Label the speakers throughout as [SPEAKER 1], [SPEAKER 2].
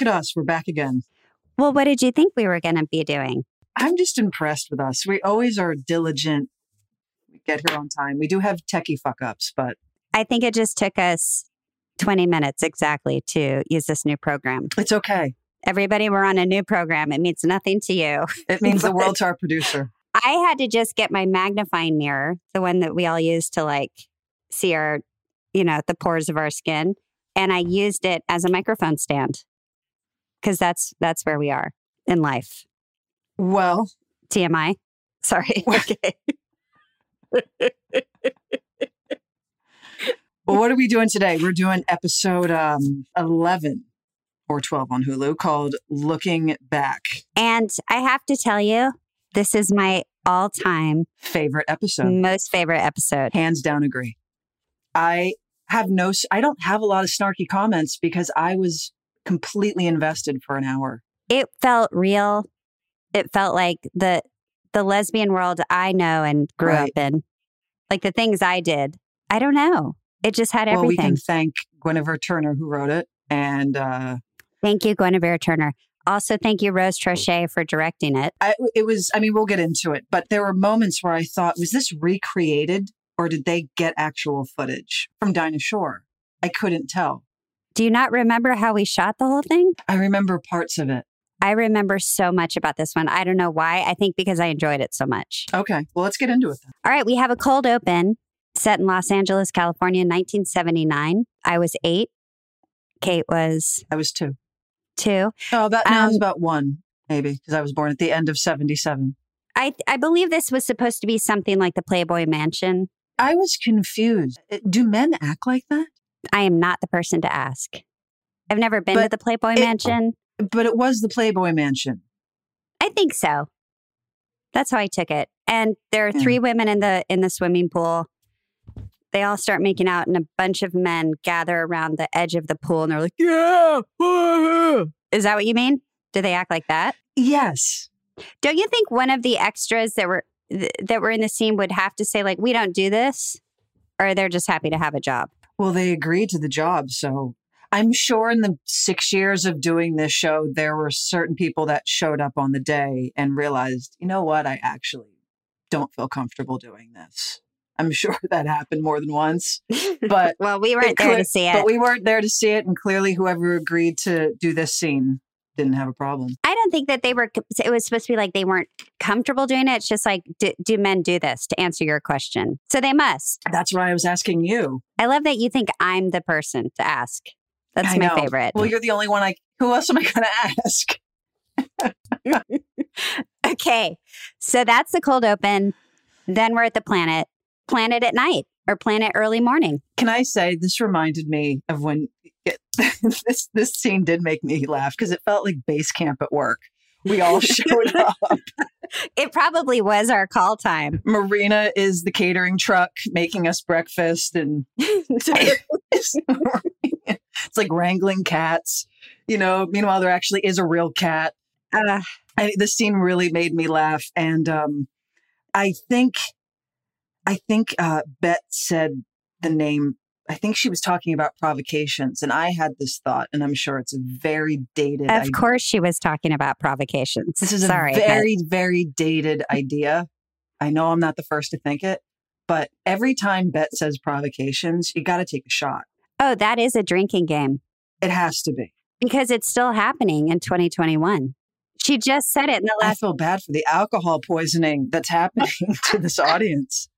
[SPEAKER 1] at us. We're back again.
[SPEAKER 2] Well, what did you think we were going to be doing?
[SPEAKER 1] I'm just impressed with us. We always are diligent. We get here on time. We do have techie fuck ups, but
[SPEAKER 2] I think it just took us 20 minutes exactly to use this new program.
[SPEAKER 1] it's okay.
[SPEAKER 2] Everybody, we're on a new program. It means nothing to you.
[SPEAKER 1] It means the world to our producer.
[SPEAKER 2] I had to just get my magnifying mirror, the one that we all use to like see our, you know, the pores of our skin, and I used it as a microphone stand because that's that's where we are in life.
[SPEAKER 1] Well,
[SPEAKER 2] TMI. Sorry. okay.
[SPEAKER 1] well, what are we doing today? We're doing episode um, 11 or 12 on Hulu called Looking Back.
[SPEAKER 2] And I have to tell you, this is my all-time
[SPEAKER 1] Favorite episode.
[SPEAKER 2] most favorite episode.
[SPEAKER 1] Hands down agree. I have no, s- I don't have a lot of snarky comments because I was completely invested for an hour.
[SPEAKER 2] it felt real. It felt like the the lesbian world I know and grew
[SPEAKER 1] Right.
[SPEAKER 2] up in. Like the things I did. I don't know. It just had
[SPEAKER 1] Well, we
[SPEAKER 2] everything.
[SPEAKER 1] can thank Guinevere Turner who wrote it. And uh,
[SPEAKER 2] thank you, Guinevere Turner. Also, thank you, Rose Trochet, for directing it.
[SPEAKER 1] I, it was, I mean, we'll get into it, but there were moments where I thought, was this recreated or did they get actual footage from Dinah Shore? I couldn't tell.
[SPEAKER 2] Do you not remember how we shot the whole thing?
[SPEAKER 1] I remember parts of it.
[SPEAKER 2] I remember so much about this one. I don't know why. I think because I enjoyed it so much.
[SPEAKER 1] Okay. Well, let's get into it then.
[SPEAKER 2] All right, we have a cold open set in Los Angeles, California, in 1979. I was eight. Kate was
[SPEAKER 1] I was two.
[SPEAKER 2] two.
[SPEAKER 1] Oh, about, no, I was
[SPEAKER 2] Um,
[SPEAKER 1] about one, maybe, because I was born at the end of 77.
[SPEAKER 2] I I believe this was supposed to be something like the Playboy Mansion.
[SPEAKER 1] I was confused. Uh, Do men act like that?
[SPEAKER 2] I am not the person to ask. I've never been to
[SPEAKER 1] But
[SPEAKER 2] the Playboy
[SPEAKER 1] it-
[SPEAKER 2] Mansion.
[SPEAKER 1] But it was the Playboy Mansion.
[SPEAKER 2] I think so. That's how I took it. And there are
[SPEAKER 1] Yeah.
[SPEAKER 2] three women in the in the swimming pool. They all start making out, and a bunch of men gather around the edge of the pool, and they're like, "Yeah, woo-hoo." is that what you mean? Do they act like that?
[SPEAKER 1] Yes.
[SPEAKER 2] Don't you think one of the extras that were th- that were in the scene would have to say like, "We don't do this," or they're just happy to have a job?
[SPEAKER 1] Well, they agreed to the job. So I'm sure in the six years of doing this show, there were certain people that showed up on the day and realized, you know what? I actually don't feel comfortable doing this. I'm sure that happened more than once, but.
[SPEAKER 2] Well, we weren't there
[SPEAKER 1] clear-
[SPEAKER 2] to see it.
[SPEAKER 1] But we weren't there to see it, and clearly, whoever agreed to do this scene didn't have a problem.
[SPEAKER 2] I don't think that they were. It was supposed to be like they weren't comfortable doing it. It's just like, do, do men do this? To answer your question, so they must.
[SPEAKER 1] That's why I was asking you.
[SPEAKER 2] I love that you think I'm the person to ask. That's
[SPEAKER 1] I
[SPEAKER 2] my
[SPEAKER 1] know.
[SPEAKER 2] favorite.
[SPEAKER 1] Well, you're the only one I. Who else am I going to ask?
[SPEAKER 2] okay, so that's the cold open. Then we're at the planet, planet at night or planet early morning.
[SPEAKER 1] Can I say this reminded me of when it, this this scene did make me laugh because it felt like base camp at work. We all showed up.
[SPEAKER 2] It probably was our call time.
[SPEAKER 1] Marina is the catering truck making us breakfast, and it's like wrangling cats. You know. Meanwhile, there actually is a real cat.
[SPEAKER 2] Uh,
[SPEAKER 1] I, this scene really made me laugh, and um, I think, I think uh, Bet said the name. I think she was talking about provocations, and I had this thought, and I'm sure it's a very dated.
[SPEAKER 2] of
[SPEAKER 1] idea.
[SPEAKER 2] course, she was talking about provocations.
[SPEAKER 1] this is
[SPEAKER 2] Sorry,
[SPEAKER 1] a
[SPEAKER 2] but
[SPEAKER 1] very, very dated idea. I know I'm not the first to think it, but every time Bet says provocations, you got to take a shot.
[SPEAKER 2] oh, that is a drinking game.
[SPEAKER 1] It has to be.
[SPEAKER 2] because it's still happening in 2021. She just said it in the
[SPEAKER 1] I
[SPEAKER 2] last.
[SPEAKER 1] feel bad for the alcohol poisoning that's happening to this audience.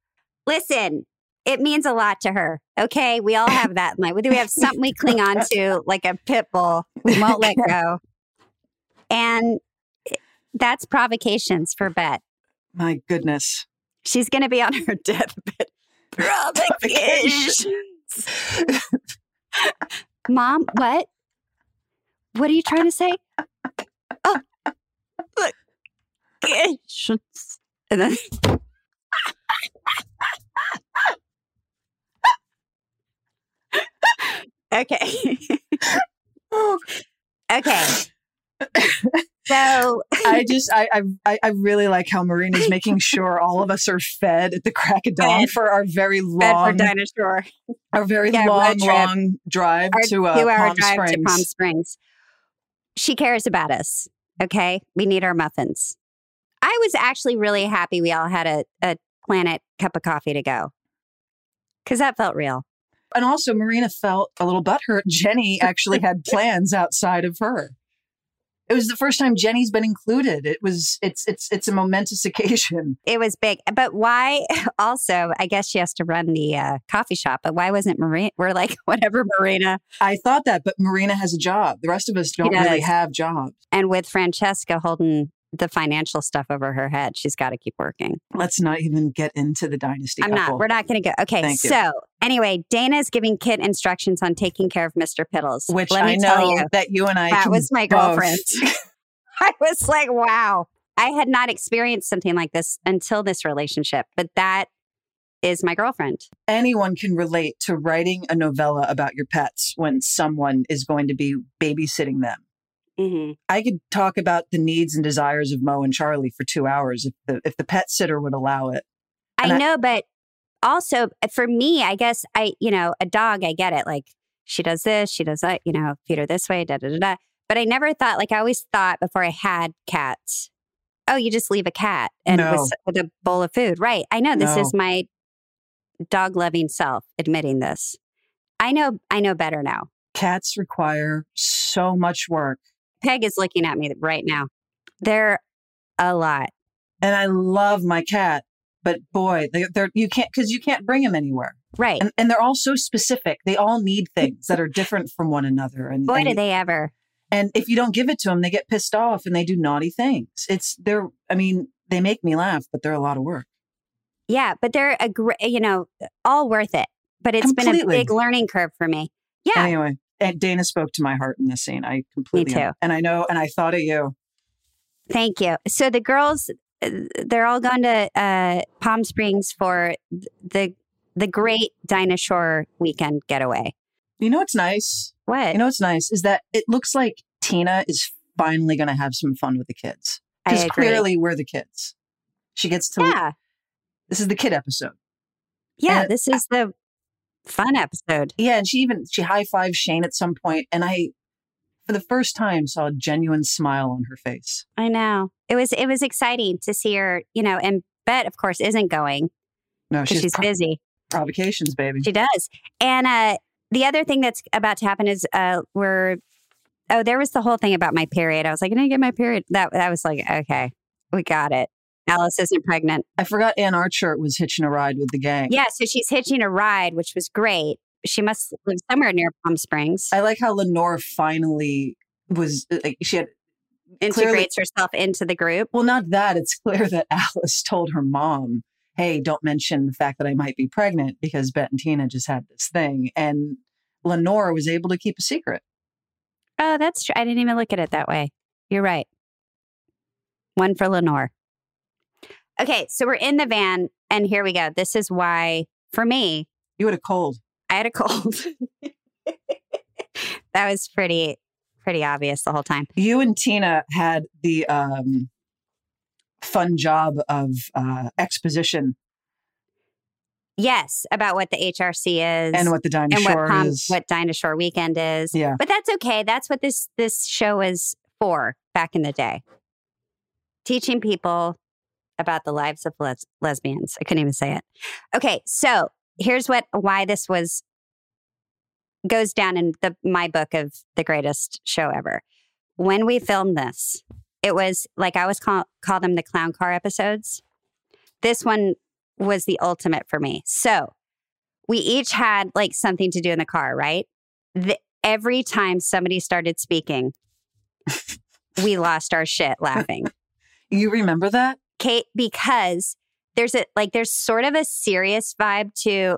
[SPEAKER 2] Listen, it means a lot to her. Okay, we all have that. in life. we have something we cling on to, like a pit bull. We won't let go, and eh, that's provocations for Bet.
[SPEAKER 1] My goodness.
[SPEAKER 2] She's going to be on her deathbed. Provocations, Mom. What? What are you trying to say? Oh, provocations. And then Okay.
[SPEAKER 1] Oh,
[SPEAKER 2] Okay. so
[SPEAKER 1] I just I, I- I I really like how Marina's making sure all of us are fed at the crack of dawn
[SPEAKER 2] Fed.
[SPEAKER 1] for our very
[SPEAKER 2] Bedford
[SPEAKER 1] long
[SPEAKER 2] dinosaur.
[SPEAKER 1] our very
[SPEAKER 2] Yeah,
[SPEAKER 1] long
[SPEAKER 2] road trip.
[SPEAKER 1] long drive
[SPEAKER 2] Our
[SPEAKER 1] to uh,
[SPEAKER 2] two hour
[SPEAKER 1] Palm
[SPEAKER 2] drive
[SPEAKER 1] Springs.
[SPEAKER 2] to Palm Springs. she cares about us. Okay. We need our muffins. I was actually really happy we all had a, a planet cup of coffee to go because that felt real.
[SPEAKER 1] And also, Marina felt a little butthurt. Jenny actually had plans outside of her. It was the first time Jenny's been included. It was it's it's it's a momentous occasion.
[SPEAKER 2] It was big. But why also, I guess she has to run the uh, coffee shop, but why wasn't Marina? We're like, whatever, Marina.
[SPEAKER 1] I thought that, but Marina has a job. The rest of us don't really
[SPEAKER 2] does.
[SPEAKER 1] have jobs.
[SPEAKER 2] And with Francesca holding the financial stuff over her head, she's got to keep working.
[SPEAKER 1] Let's not even get into the dynasty.
[SPEAKER 2] I'm not.
[SPEAKER 1] couple.
[SPEAKER 2] We're not going to go. Okay.
[SPEAKER 1] Thank you.
[SPEAKER 2] so anyway, Dana's giving Kit instructions on taking care of Mr. Piddles.
[SPEAKER 1] Which
[SPEAKER 2] Let me
[SPEAKER 1] I
[SPEAKER 2] tell
[SPEAKER 1] know
[SPEAKER 2] you,
[SPEAKER 1] that you and I
[SPEAKER 2] that
[SPEAKER 1] can
[SPEAKER 2] was my
[SPEAKER 1] both.
[SPEAKER 2] girlfriend. I was like, wow. I had not experienced something like this until this relationship, but that is my girlfriend.
[SPEAKER 1] Anyone can relate to writing a novella about your pets when someone is going to be babysitting them.
[SPEAKER 2] Mm-hmm.
[SPEAKER 1] I could talk about the needs and desires of Mo and Charlie for two hours if the if the pet sitter would allow it. And
[SPEAKER 2] I
[SPEAKER 1] I-
[SPEAKER 2] know, but also uh, for me, I guess I, you know, a dog, I get it. Like she does this, she does that, you know, feed her this way, da da da da. But I never thought, like I always thought before I had cats, oh, you just leave a cat and
[SPEAKER 1] No.
[SPEAKER 2] with, with a bowl of food, right? I know this
[SPEAKER 1] No.
[SPEAKER 2] is my dog loving self admitting this. I know, I know better now.
[SPEAKER 1] Cats require so much work.
[SPEAKER 2] Peg is looking at me right now. They're a lot.
[SPEAKER 1] And I love my cat, but boy, they, they're you can't because you can't bring them anywhere.
[SPEAKER 2] Right.
[SPEAKER 1] And, and they're all so specific. They all need things that are different from one another. And
[SPEAKER 2] Boy,
[SPEAKER 1] and,
[SPEAKER 2] do they ever.
[SPEAKER 1] and if you don't give it to them, they get pissed off and they do naughty things. It's they're I mean they make me laugh, but they're a lot of work.
[SPEAKER 2] Yeah, but they're a great, you know, all worth it. But it's been a
[SPEAKER 1] Completely.
[SPEAKER 2] big learning curve for me. Yeah.
[SPEAKER 1] Anyway, and Dana spoke to my heart in this scene. I completely
[SPEAKER 2] too.
[SPEAKER 1] and I know and I thought of you.
[SPEAKER 2] Thank you. So the girls, uh, they're all going to uh, Palm Springs for th- the the great dinosaur weekend getaway.
[SPEAKER 1] You know what's nice?
[SPEAKER 2] What?
[SPEAKER 1] You know what's nice is that it looks like Tina is finally going to have some fun with the kids
[SPEAKER 2] I
[SPEAKER 1] because
[SPEAKER 2] agree.
[SPEAKER 1] clearly we're the kids. She gets to
[SPEAKER 2] yeah.
[SPEAKER 1] this is the kid episode.
[SPEAKER 2] Yeah.
[SPEAKER 1] and-
[SPEAKER 2] this is the fun episode.
[SPEAKER 1] Yeah, and she even she high fives Shane at some point, and I, for the first time, saw a genuine smile on her face.
[SPEAKER 2] I know. It was it was exciting to see her, you know, and Bet, of course, isn't going
[SPEAKER 1] No,
[SPEAKER 2] because
[SPEAKER 1] she's,
[SPEAKER 2] she's
[SPEAKER 1] pro-
[SPEAKER 2] busy.
[SPEAKER 1] provocations, baby.
[SPEAKER 2] She does. And uh, the other thing that's about to happen is uh, we're oh, there was the whole thing about my period. I was like, I didn't get my period. That that was like, okay, we got it. Alice isn't pregnant.
[SPEAKER 1] I forgot Ann Archer was hitching a ride with the gang.
[SPEAKER 2] Yeah, so she's hitching a ride, which was great. She must live somewhere near Palm Springs.
[SPEAKER 1] I like how Lenore finally was like she had clearly-
[SPEAKER 2] Integrates herself into the group.
[SPEAKER 1] Well, not that. It's clear that Alice told her mom, hey, don't mention the fact that I might be pregnant because Bet and Tina just had this thing. And Lenore was able to keep a secret.
[SPEAKER 2] Oh, that's true. I didn't even look at it that way. You're right. One for Lenore. Okay, so we're in the van, and here we go. This is why, for me,
[SPEAKER 1] You had a cold.
[SPEAKER 2] I had a cold. that was pretty pretty obvious the whole time.
[SPEAKER 1] You and Tina had the um, fun job of uh, exposition
[SPEAKER 2] Yes, about what the HRC is
[SPEAKER 1] and what the
[SPEAKER 2] and what
[SPEAKER 1] dinosaur
[SPEAKER 2] Palm-
[SPEAKER 1] is.
[SPEAKER 2] what Dinosaur Weekend is.
[SPEAKER 1] Yeah.
[SPEAKER 2] But that's okay. That's what this this show is for back in the day. Teaching people about the lives of les- lesbians. I couldn't even say it. Okay, so here's what why this was goes down in the my book of the greatest show ever. When we filmed this, it was like I always call call them the clown car episodes. This one was the ultimate for me. So we each had like something to do in the car, right? The, every time somebody started speaking, we lost our shit laughing.
[SPEAKER 1] You remember that?
[SPEAKER 2] Kate, because there's a like there's sort of a serious vibe to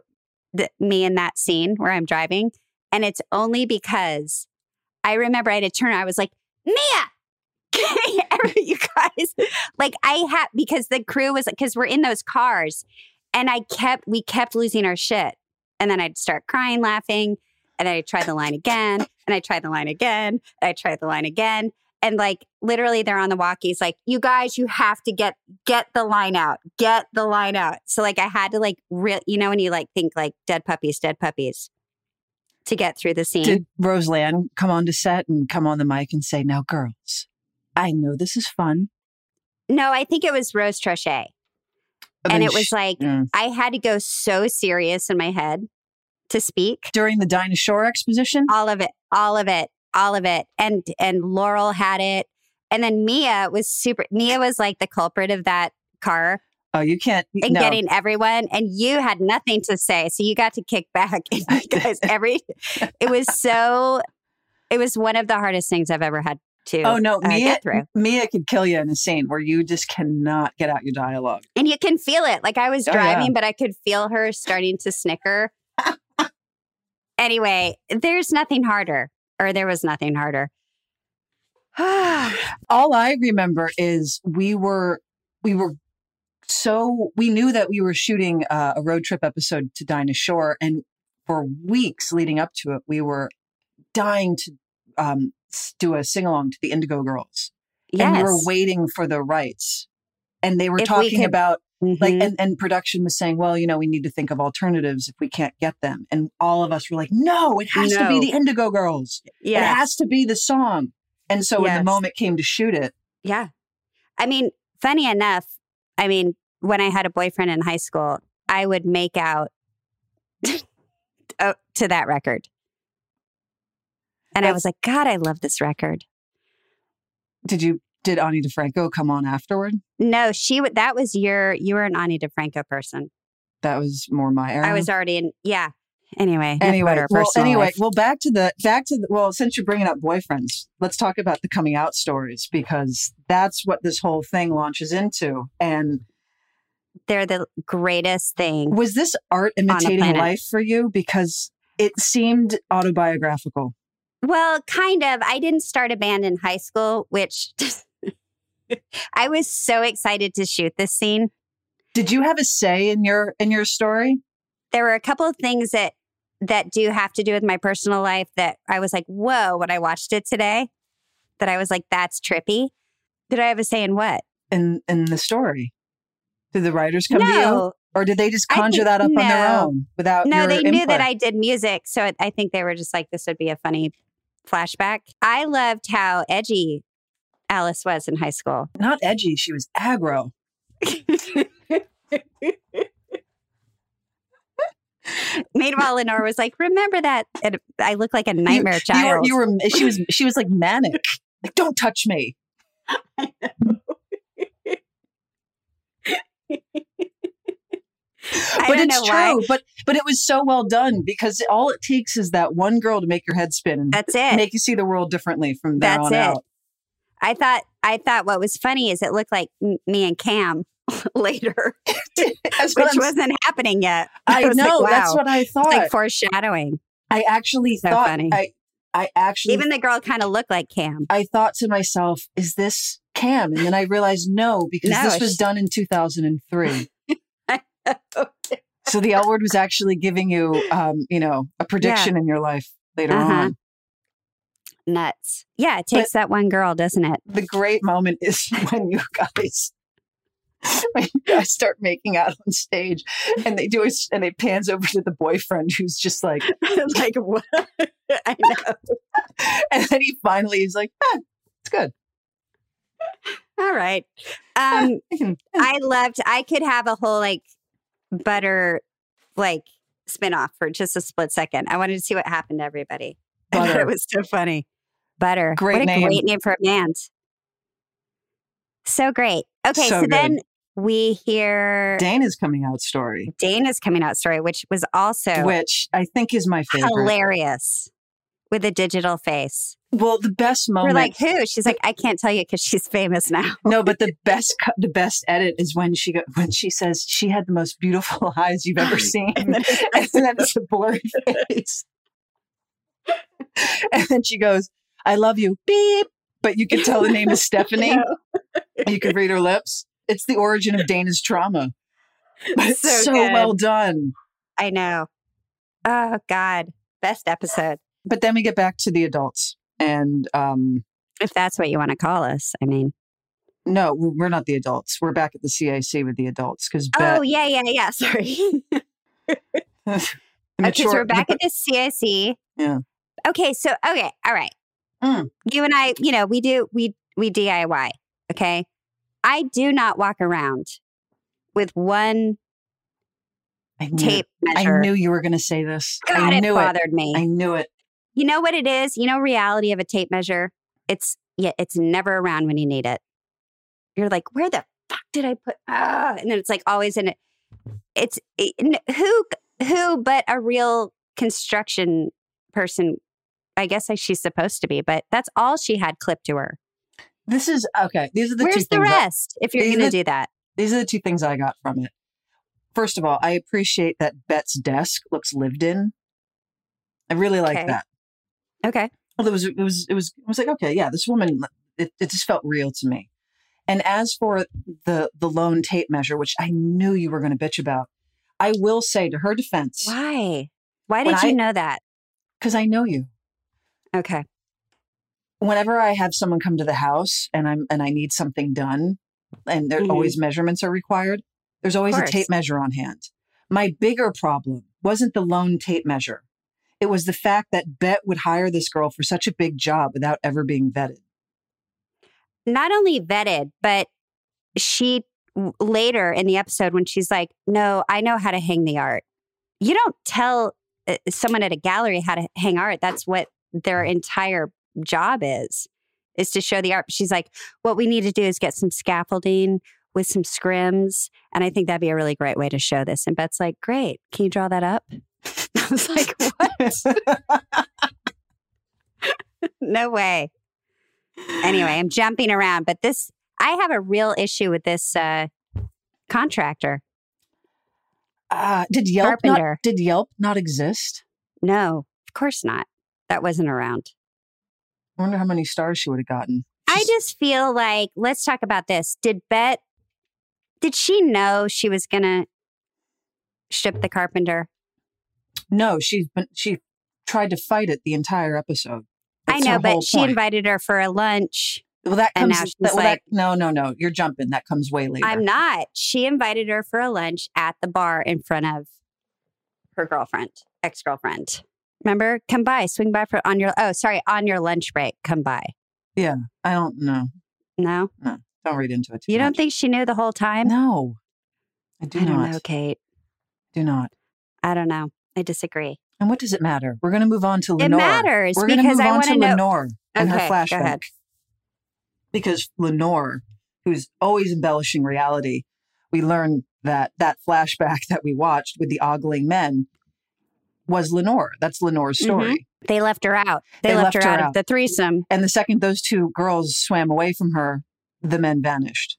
[SPEAKER 2] the, me in that scene where I'm driving, and it's only because I remember I had a turn. I was like, Mia, Every- you guys, like I had because the crew was because we're in those cars, and I kept we kept losing our shit, and then I'd start crying, laughing, and then I tried the line again, and I tried the line again, and I tried the line again, and like literally they're on the walkies like you guys you have to get get the line out get the line out so like i had to like re- you know when you like think like dead puppies dead puppies to get through the scene.
[SPEAKER 1] Did Roseanne come on to set and come on the mic and say, "Now, girls, I know this is fun."
[SPEAKER 2] no, I think it was Rose Trochet. and
[SPEAKER 1] then
[SPEAKER 2] it was
[SPEAKER 1] sh-
[SPEAKER 2] like,
[SPEAKER 1] Mm.
[SPEAKER 2] I had to go so serious in my head to speak.
[SPEAKER 1] during the dinosaur exposition.
[SPEAKER 2] All of it, all of it, all of it. And and Laurel had it. And then Mia was super Mia was like the culprit of that car
[SPEAKER 1] Oh, you can't.
[SPEAKER 2] and
[SPEAKER 1] no.
[SPEAKER 2] getting everyone and you had nothing to say. So you got to kick back and you guys every it was so it was one of the hardest things I've ever had to
[SPEAKER 1] Oh no,
[SPEAKER 2] uh,
[SPEAKER 1] Mia!
[SPEAKER 2] get through.
[SPEAKER 1] Mia could kill you in a scene where you just cannot get out your dialogue.
[SPEAKER 2] And you can feel it. Like I was
[SPEAKER 1] Oh, yeah.
[SPEAKER 2] driving, but I could feel her starting to snicker. anyway, there's nothing harder, or there was nothing harder.
[SPEAKER 1] All I remember is we were we were so we knew that we were shooting uh, a road trip episode to Dinah Shore, and for weeks leading up to it, we were dying to um, s- do a sing along to the Indigo Girls, and we
[SPEAKER 2] Yes.
[SPEAKER 1] were waiting for the rights. And they were
[SPEAKER 2] If we
[SPEAKER 1] talking
[SPEAKER 2] could-
[SPEAKER 1] about like
[SPEAKER 2] Mhm.
[SPEAKER 1] and, and production was saying well you know we need to think of alternatives if we can't get them and all of us were like no it has to be
[SPEAKER 2] No.
[SPEAKER 1] the indigo girls it
[SPEAKER 2] yeah.
[SPEAKER 1] has to be the song and so when the
[SPEAKER 2] Yes.
[SPEAKER 1] moment came to shoot it
[SPEAKER 2] Yeah. I mean, funny enough, I mean, when I had a boyfriend in high school, I would make out oh, to that record. And I
[SPEAKER 1] That's-
[SPEAKER 2] was like, God, I love this record.
[SPEAKER 1] did you did ani defranco come on afterward
[SPEAKER 2] No, she would, that was your, you were an Ani DeFranco person.
[SPEAKER 1] that was more my era
[SPEAKER 2] I was already in. Yeah. Anyway.
[SPEAKER 1] Um,
[SPEAKER 2] enough about
[SPEAKER 1] anyway
[SPEAKER 2] our
[SPEAKER 1] well
[SPEAKER 2] personal
[SPEAKER 1] anyway
[SPEAKER 2] life.
[SPEAKER 1] well back to the back to the well since you're bringing up boyfriends let's talk about the coming out stories because that's what this whole thing launches into and
[SPEAKER 2] they're the greatest thing.
[SPEAKER 1] was this art imitating
[SPEAKER 2] planet.
[SPEAKER 1] life for you because it seemed autobiographical
[SPEAKER 2] Well, kind of. I didn't start a band in high school, which I was so excited to shoot this scene.
[SPEAKER 1] Did you have a say in your in your story?
[SPEAKER 2] There were a couple of things that that do have to do with my personal life that I was like, whoa, when I watched it today, that I was like, that's trippy. Did I have a say in what?
[SPEAKER 1] In in the story? Did the writers come to you?
[SPEAKER 2] no,
[SPEAKER 1] Or did they just
[SPEAKER 2] I
[SPEAKER 1] conjure
[SPEAKER 2] think-
[SPEAKER 1] that up on their
[SPEAKER 2] no.
[SPEAKER 1] own without
[SPEAKER 2] no,
[SPEAKER 1] uh, your
[SPEAKER 2] they knew that
[SPEAKER 1] input?
[SPEAKER 2] I did music, so I- I think they were just like, this would be a funny flashback. I loved how edgy Alice was in high school.
[SPEAKER 1] not edgy, she was aggro.
[SPEAKER 2] Meanwhile, Lenore was like, "Remember that?" And I look like a nightmare
[SPEAKER 1] you,
[SPEAKER 2] child.
[SPEAKER 1] You were, you were she was she was like manic. Like, don't touch me.
[SPEAKER 2] I
[SPEAKER 1] but
[SPEAKER 2] don't
[SPEAKER 1] it's
[SPEAKER 2] know
[SPEAKER 1] true.
[SPEAKER 2] why.
[SPEAKER 1] But but it was so well done because all it takes is that one girl to make your head spin and
[SPEAKER 2] That's it.
[SPEAKER 1] make you see the world differently from there
[SPEAKER 2] That's
[SPEAKER 1] on
[SPEAKER 2] it.
[SPEAKER 1] out.
[SPEAKER 2] I thought. I thought what was funny is it looked like m- me and Cam later,
[SPEAKER 1] That's
[SPEAKER 2] which
[SPEAKER 1] what I'm-
[SPEAKER 2] wasn't happening yet.
[SPEAKER 1] I
[SPEAKER 2] was like,
[SPEAKER 1] know, that's
[SPEAKER 2] wow.
[SPEAKER 1] what I
[SPEAKER 2] It's
[SPEAKER 1] thought.
[SPEAKER 2] like foreshadowing.
[SPEAKER 1] I actually
[SPEAKER 2] So
[SPEAKER 1] thought
[SPEAKER 2] funny.
[SPEAKER 1] I I actually
[SPEAKER 2] Even the girl kind of looked like Cam.
[SPEAKER 1] I thought to myself, is this Cam? And then I realized no, because
[SPEAKER 2] No,
[SPEAKER 1] this
[SPEAKER 2] it's
[SPEAKER 1] was
[SPEAKER 2] just-
[SPEAKER 1] done in 2003. so the L word was actually giving you, um, you know, a prediction in your life later
[SPEAKER 2] Uh-huh.
[SPEAKER 1] on.
[SPEAKER 2] Nuts. Yeah, it takes that one girl, doesn't it?
[SPEAKER 1] The great moment is when you guys. When you guys start making out on stage, and they do it, and it pans over to the boyfriend who's just like,
[SPEAKER 2] like what? I know.
[SPEAKER 1] and then he finally is like, "Ah, "It's good."
[SPEAKER 2] All right. Um,
[SPEAKER 1] I can-
[SPEAKER 2] I loved. I could have a whole like butter like spinoff for just a split second. I wanted to see what happened to everybody. I thought
[SPEAKER 1] Butter.
[SPEAKER 2] It was so funny. Butter.
[SPEAKER 1] Great
[SPEAKER 2] what a
[SPEAKER 1] name.
[SPEAKER 2] great name for a band. So great. Okay,
[SPEAKER 1] So
[SPEAKER 2] so,
[SPEAKER 1] good.
[SPEAKER 2] then we hear
[SPEAKER 1] Dana's coming out story,
[SPEAKER 2] Dana's coming out story, which was also
[SPEAKER 1] which I think is my favorite.
[SPEAKER 2] Oh. hilarious with a digital face.
[SPEAKER 1] Well, the best
[SPEAKER 2] We're
[SPEAKER 1] moment.
[SPEAKER 2] like, who? She's like, I can't tell you because she's famous now.
[SPEAKER 1] no, but the best cut, the best edit is when she go, when she says she had the most beautiful eyes you've ever seen, and then it's a blurry face, and then she goes, "I love you." Beep, but you can tell the name is Stephanie. You can read her lips. It's the origin of Dana's trauma, but it's so,
[SPEAKER 2] So good.
[SPEAKER 1] well done.
[SPEAKER 2] I know. Oh God, best episode.
[SPEAKER 1] But then we get back to the adults, and um,
[SPEAKER 2] If that's what you want to call us, I mean.
[SPEAKER 1] no, we're we're not the adults. We're back at the CAC with the adults because
[SPEAKER 2] Oh yeah, yeah, yeah. Sorry, because we're back at the CIC
[SPEAKER 1] Yeah.
[SPEAKER 2] Okay. So, okay. All right.
[SPEAKER 1] Mm.
[SPEAKER 2] You and I, you know, we do, we, we DIY. Okay. I do not walk around with one
[SPEAKER 1] I knew,
[SPEAKER 2] tape
[SPEAKER 1] I
[SPEAKER 2] measure.
[SPEAKER 1] knew you were going to say this.
[SPEAKER 2] God,
[SPEAKER 1] I
[SPEAKER 2] it
[SPEAKER 1] knew it.
[SPEAKER 2] bothered me.
[SPEAKER 1] I knew it.
[SPEAKER 2] You know what it is? You know reality of a tape measure? It's yeah, it's never around when you need it. You're like, where the fuck did I put ah? And then it's like always in it. It's it- n- who who but a real construction person. I guess I, she's supposed to be, but that's all she had clipped to her.
[SPEAKER 1] This is okay. These are the two
[SPEAKER 2] Where's the
[SPEAKER 1] things I-
[SPEAKER 2] rest? if you're
[SPEAKER 1] These
[SPEAKER 2] going to
[SPEAKER 1] are-
[SPEAKER 2] do that,
[SPEAKER 1] these are the two things I got from it. First of all, I appreciate that Bet's desk looks lived in. I really like
[SPEAKER 2] Okay.
[SPEAKER 1] that.
[SPEAKER 2] okay.
[SPEAKER 1] Well, it was it was it was I was like, okay, yeah, this woman, it, it just felt real to me. And as for the the lone tape measure, which I knew you were going to bitch about, I will say to her defense
[SPEAKER 2] Why? Why
[SPEAKER 1] When
[SPEAKER 2] did you
[SPEAKER 1] I-
[SPEAKER 2] know that?
[SPEAKER 1] because I know you.
[SPEAKER 2] Okay.
[SPEAKER 1] Whenever I have someone come to the house and I'm and I need something done, and there
[SPEAKER 2] Mhm.
[SPEAKER 1] always measurements are required. There's always a
[SPEAKER 2] course.
[SPEAKER 1] tape measure on hand. My bigger problem wasn't the lone tape measure. It was the fact that Bet would hire this girl for such a big job without ever being vetted.
[SPEAKER 2] not only vetted, but she w- later in the episode when she's like, "No, I know how to hang the art." You don't tell uh, someone at a gallery how to hang art. That's what their entire job is, is to show the art. She's like, "What we need to do is get some scaffolding with some scrims, and I think that'd be a really great way to show this." And Bet's like, "Great, can you draw that up?" I was like, "No way." anyway, I'm jumping around, but this I have a real issue with this uh, contractor.
[SPEAKER 1] Uh, did Yelp not,
[SPEAKER 2] Carpenter.
[SPEAKER 1] did Yelp not exist?
[SPEAKER 2] No, of course not. That wasn't around.
[SPEAKER 1] I wonder how many stars she would have gotten.
[SPEAKER 2] I just feel like let's talk about this. Did Bet? Did she know she was gonna ship the carpenter?
[SPEAKER 1] No, she's been she tried to fight it the entire episode.
[SPEAKER 2] I
[SPEAKER 1] That's
[SPEAKER 2] know,
[SPEAKER 1] her whole
[SPEAKER 2] but she
[SPEAKER 1] point.
[SPEAKER 2] invited her for a lunch.
[SPEAKER 1] Well, that
[SPEAKER 2] and
[SPEAKER 1] comes.
[SPEAKER 2] now she's
[SPEAKER 1] that- well, that-
[SPEAKER 2] like-
[SPEAKER 1] no, no, no. You're jumping. That comes way later.
[SPEAKER 2] I'm not. She invited her for a lunch at the bar in front of her girlfriend, ex girlfriend. Remember, come by, swing by for on your. Oh, sorry, on your lunch break, come by.
[SPEAKER 1] I don't know.
[SPEAKER 2] No,
[SPEAKER 1] Don't read into it. Too
[SPEAKER 2] You don't
[SPEAKER 1] much.
[SPEAKER 2] think she knew the whole time?
[SPEAKER 1] No, I do
[SPEAKER 2] I don't
[SPEAKER 1] not.
[SPEAKER 2] know, Kate.
[SPEAKER 1] Do not.
[SPEAKER 2] I don't know. I disagree.
[SPEAKER 1] And what does it matter? We're going to move on to
[SPEAKER 2] It
[SPEAKER 1] Lenore.
[SPEAKER 2] matters
[SPEAKER 1] We're gonna
[SPEAKER 2] because
[SPEAKER 1] move
[SPEAKER 2] I
[SPEAKER 1] on
[SPEAKER 2] want
[SPEAKER 1] to
[SPEAKER 2] to know.
[SPEAKER 1] Lenore and her
[SPEAKER 2] Okay, go
[SPEAKER 1] flashback.
[SPEAKER 2] ahead.
[SPEAKER 1] Because Lenore, who's always embellishing reality, we learn that that flashback that we watched with the ogling men was Lenore. That's Lenore's
[SPEAKER 2] Mm-hmm.
[SPEAKER 1] story.
[SPEAKER 2] They left her out. They, left, her out, of the threesome.
[SPEAKER 1] And the second those two girls swam away from her, the men vanished.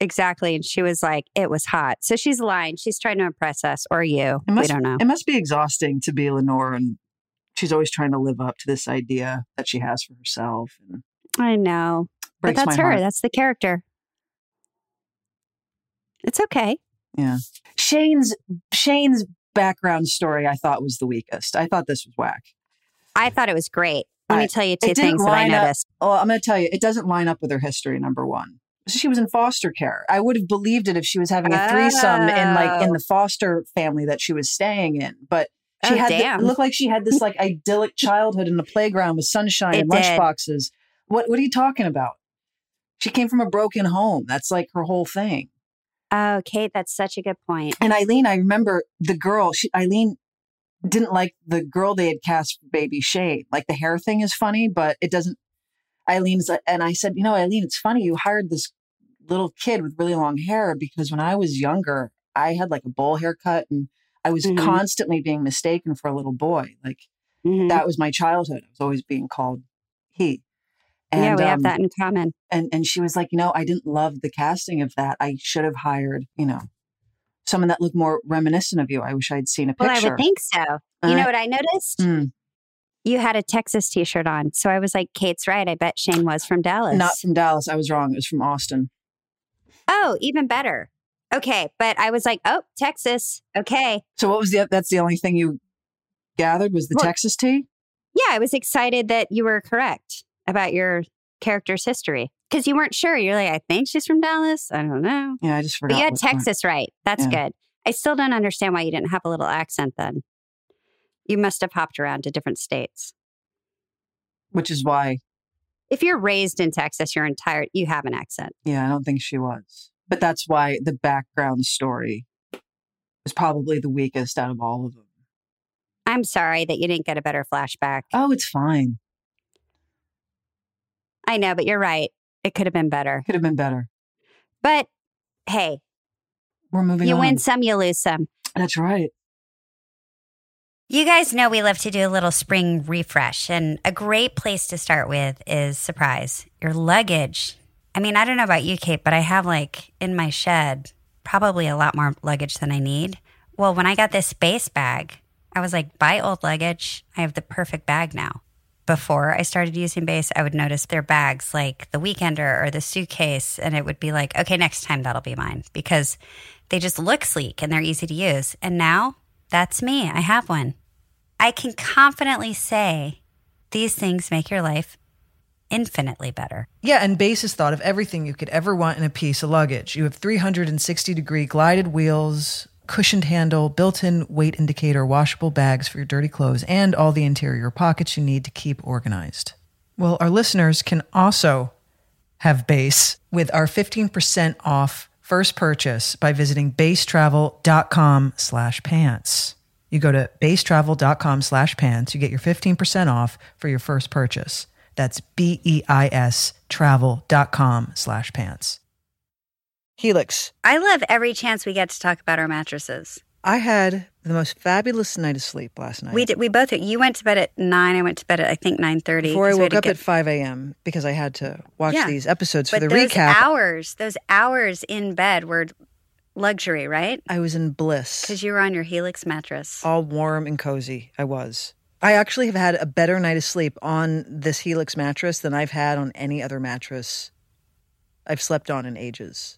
[SPEAKER 2] Exactly. And she was like, it was hot. So she's lying. She's trying to impress us or you.
[SPEAKER 1] It must-
[SPEAKER 2] we don't know.
[SPEAKER 1] It must be exhausting to be Lenore, and she's always trying to live up to this idea that she has for herself. And
[SPEAKER 2] I know. But
[SPEAKER 1] breaks
[SPEAKER 2] that's
[SPEAKER 1] my
[SPEAKER 2] her.
[SPEAKER 1] heart.
[SPEAKER 2] That's the character. It's okay.
[SPEAKER 1] Shane's Shane's background story I thought was the weakest. I thought this was whack.
[SPEAKER 2] I thought it was great. Let
[SPEAKER 1] I-
[SPEAKER 2] me tell you two
[SPEAKER 1] didn't
[SPEAKER 2] things that I
[SPEAKER 1] line up.
[SPEAKER 2] noticed.
[SPEAKER 1] Well, Oh, I'm going to tell you, it doesn't line up with her history. Number one, she was in foster care. I would have believed it if she was having a threesome in like in
[SPEAKER 2] Oh.
[SPEAKER 1] the foster family that she was staying in, but. She
[SPEAKER 2] Oh,
[SPEAKER 1] had the-
[SPEAKER 2] damn.
[SPEAKER 1] it looked like she had this like idyllic childhood in the playground with sunshine
[SPEAKER 2] It
[SPEAKER 1] and
[SPEAKER 2] did.
[SPEAKER 1] lunchboxes. What what are you talking about? She came from a broken home. That's like her whole thing.
[SPEAKER 2] Oh, Kate, that's such a good point.
[SPEAKER 1] And Eileen, I remember the girl. She, Eileen didn't like the girl they had cast for Baby Shane. Like the hair thing is funny, but it doesn't. Eileen's like- and I said, you know, Eileen, it's funny you hired this little kid with really long hair because when I was younger, I had like a bowl haircut and I was
[SPEAKER 2] Mhm.
[SPEAKER 1] constantly being mistaken for a little boy. Like
[SPEAKER 2] Mhm.
[SPEAKER 1] that was my childhood. I was always being called he.
[SPEAKER 2] yeah, we
[SPEAKER 1] um,
[SPEAKER 2] have that in common.
[SPEAKER 1] and and she was like, you know, I didn't love the casting of that. I should have hired, you know, someone that looked more reminiscent of you. I wish I'd seen a
[SPEAKER 2] Well,
[SPEAKER 1] picture.
[SPEAKER 2] I would think so.
[SPEAKER 1] All
[SPEAKER 2] you
[SPEAKER 1] right.
[SPEAKER 2] know what I noticed?
[SPEAKER 1] Mm,
[SPEAKER 2] You had a Texas t shirt on. So I was like, Kate's right. I bet Shane was from Dallas.
[SPEAKER 1] not from Dallas. I was wrong. It was from Austin.
[SPEAKER 2] oh, even better. Okay. But I was like, oh, Texas. Okay.
[SPEAKER 1] So what was the? That's the only thing you gathered was the
[SPEAKER 2] Well-
[SPEAKER 1] Texas tea.
[SPEAKER 2] Yeah. I was excited that you were correct about your character's history because you weren't sure. You're like, I think she's from Dallas. I don't know.
[SPEAKER 1] Yeah, I just forgot.
[SPEAKER 2] But you had
[SPEAKER 1] which one.
[SPEAKER 2] Texas right. That's
[SPEAKER 1] Yeah.
[SPEAKER 2] good. I still don't understand why you didn't have a little accent then. You must have hopped around to different states.
[SPEAKER 3] which is why,
[SPEAKER 2] If you're raised in Texas your entire you have an accent.
[SPEAKER 3] yeah, I don't think she was. But that's why the background story was probably the weakest out of all of them.
[SPEAKER 2] I'm sorry that you didn't get a better flashback.
[SPEAKER 3] Oh, it's fine.
[SPEAKER 2] I know, but you're right. It could have been better.
[SPEAKER 3] Could have been better.
[SPEAKER 2] But hey,
[SPEAKER 3] We're moving
[SPEAKER 2] you
[SPEAKER 3] on.
[SPEAKER 2] win some, you lose some.
[SPEAKER 3] That's right.
[SPEAKER 2] You guys know we love to do a little spring refresh, and a great place to start with is surprise your luggage. I mean, I don't know about you, Kate, but I have like in my shed probably a lot more luggage than I need. Well, when I got this space bag, I was like, buy old luggage. I have the perfect bag now. Before I started using base, I would notice their bags like the weekender or the suitcase, and it would be like, okay, next time that'll be mine because they just look sleek and they're easy to use. And now that's me. I have one. I can confidently say these things make your life infinitely better.
[SPEAKER 1] Yeah, and Base is thought of everything you could ever want in a piece of luggage. You have 360 degree glided wheels, cushioned handle, built in weight indicator, washable bags for your dirty clothes, and all the interior pockets you need to keep organized. Well, our listeners can also have Base with our 15% off first purchase by visiting basetravel.com slash pants. You go to basetravel.com slash pants, you get your 15% off for your first purchase. That's B E I S travel.com slash pants. Helix.
[SPEAKER 2] I love every chance we get to talk about our mattresses.
[SPEAKER 1] I had the most fabulous night of sleep last night.
[SPEAKER 2] We did, we both you went to bed at 9, I went to bed at I think 9:30
[SPEAKER 1] Before I
[SPEAKER 2] 'cause we
[SPEAKER 1] woke
[SPEAKER 2] had to
[SPEAKER 1] up
[SPEAKER 2] get-
[SPEAKER 1] at 5 a.m. because I had to watch
[SPEAKER 2] Yeah.
[SPEAKER 1] these episodes for
[SPEAKER 2] But
[SPEAKER 1] the
[SPEAKER 2] those
[SPEAKER 1] recap.
[SPEAKER 2] hours, those hours in bed were luxury, right?
[SPEAKER 1] I was in bliss.
[SPEAKER 2] Cuz you were on your Helix mattress.
[SPEAKER 1] all warm and cozy. I was. I actually have had a better night of sleep on this Helix mattress than I've had on any other mattress I've slept on in ages.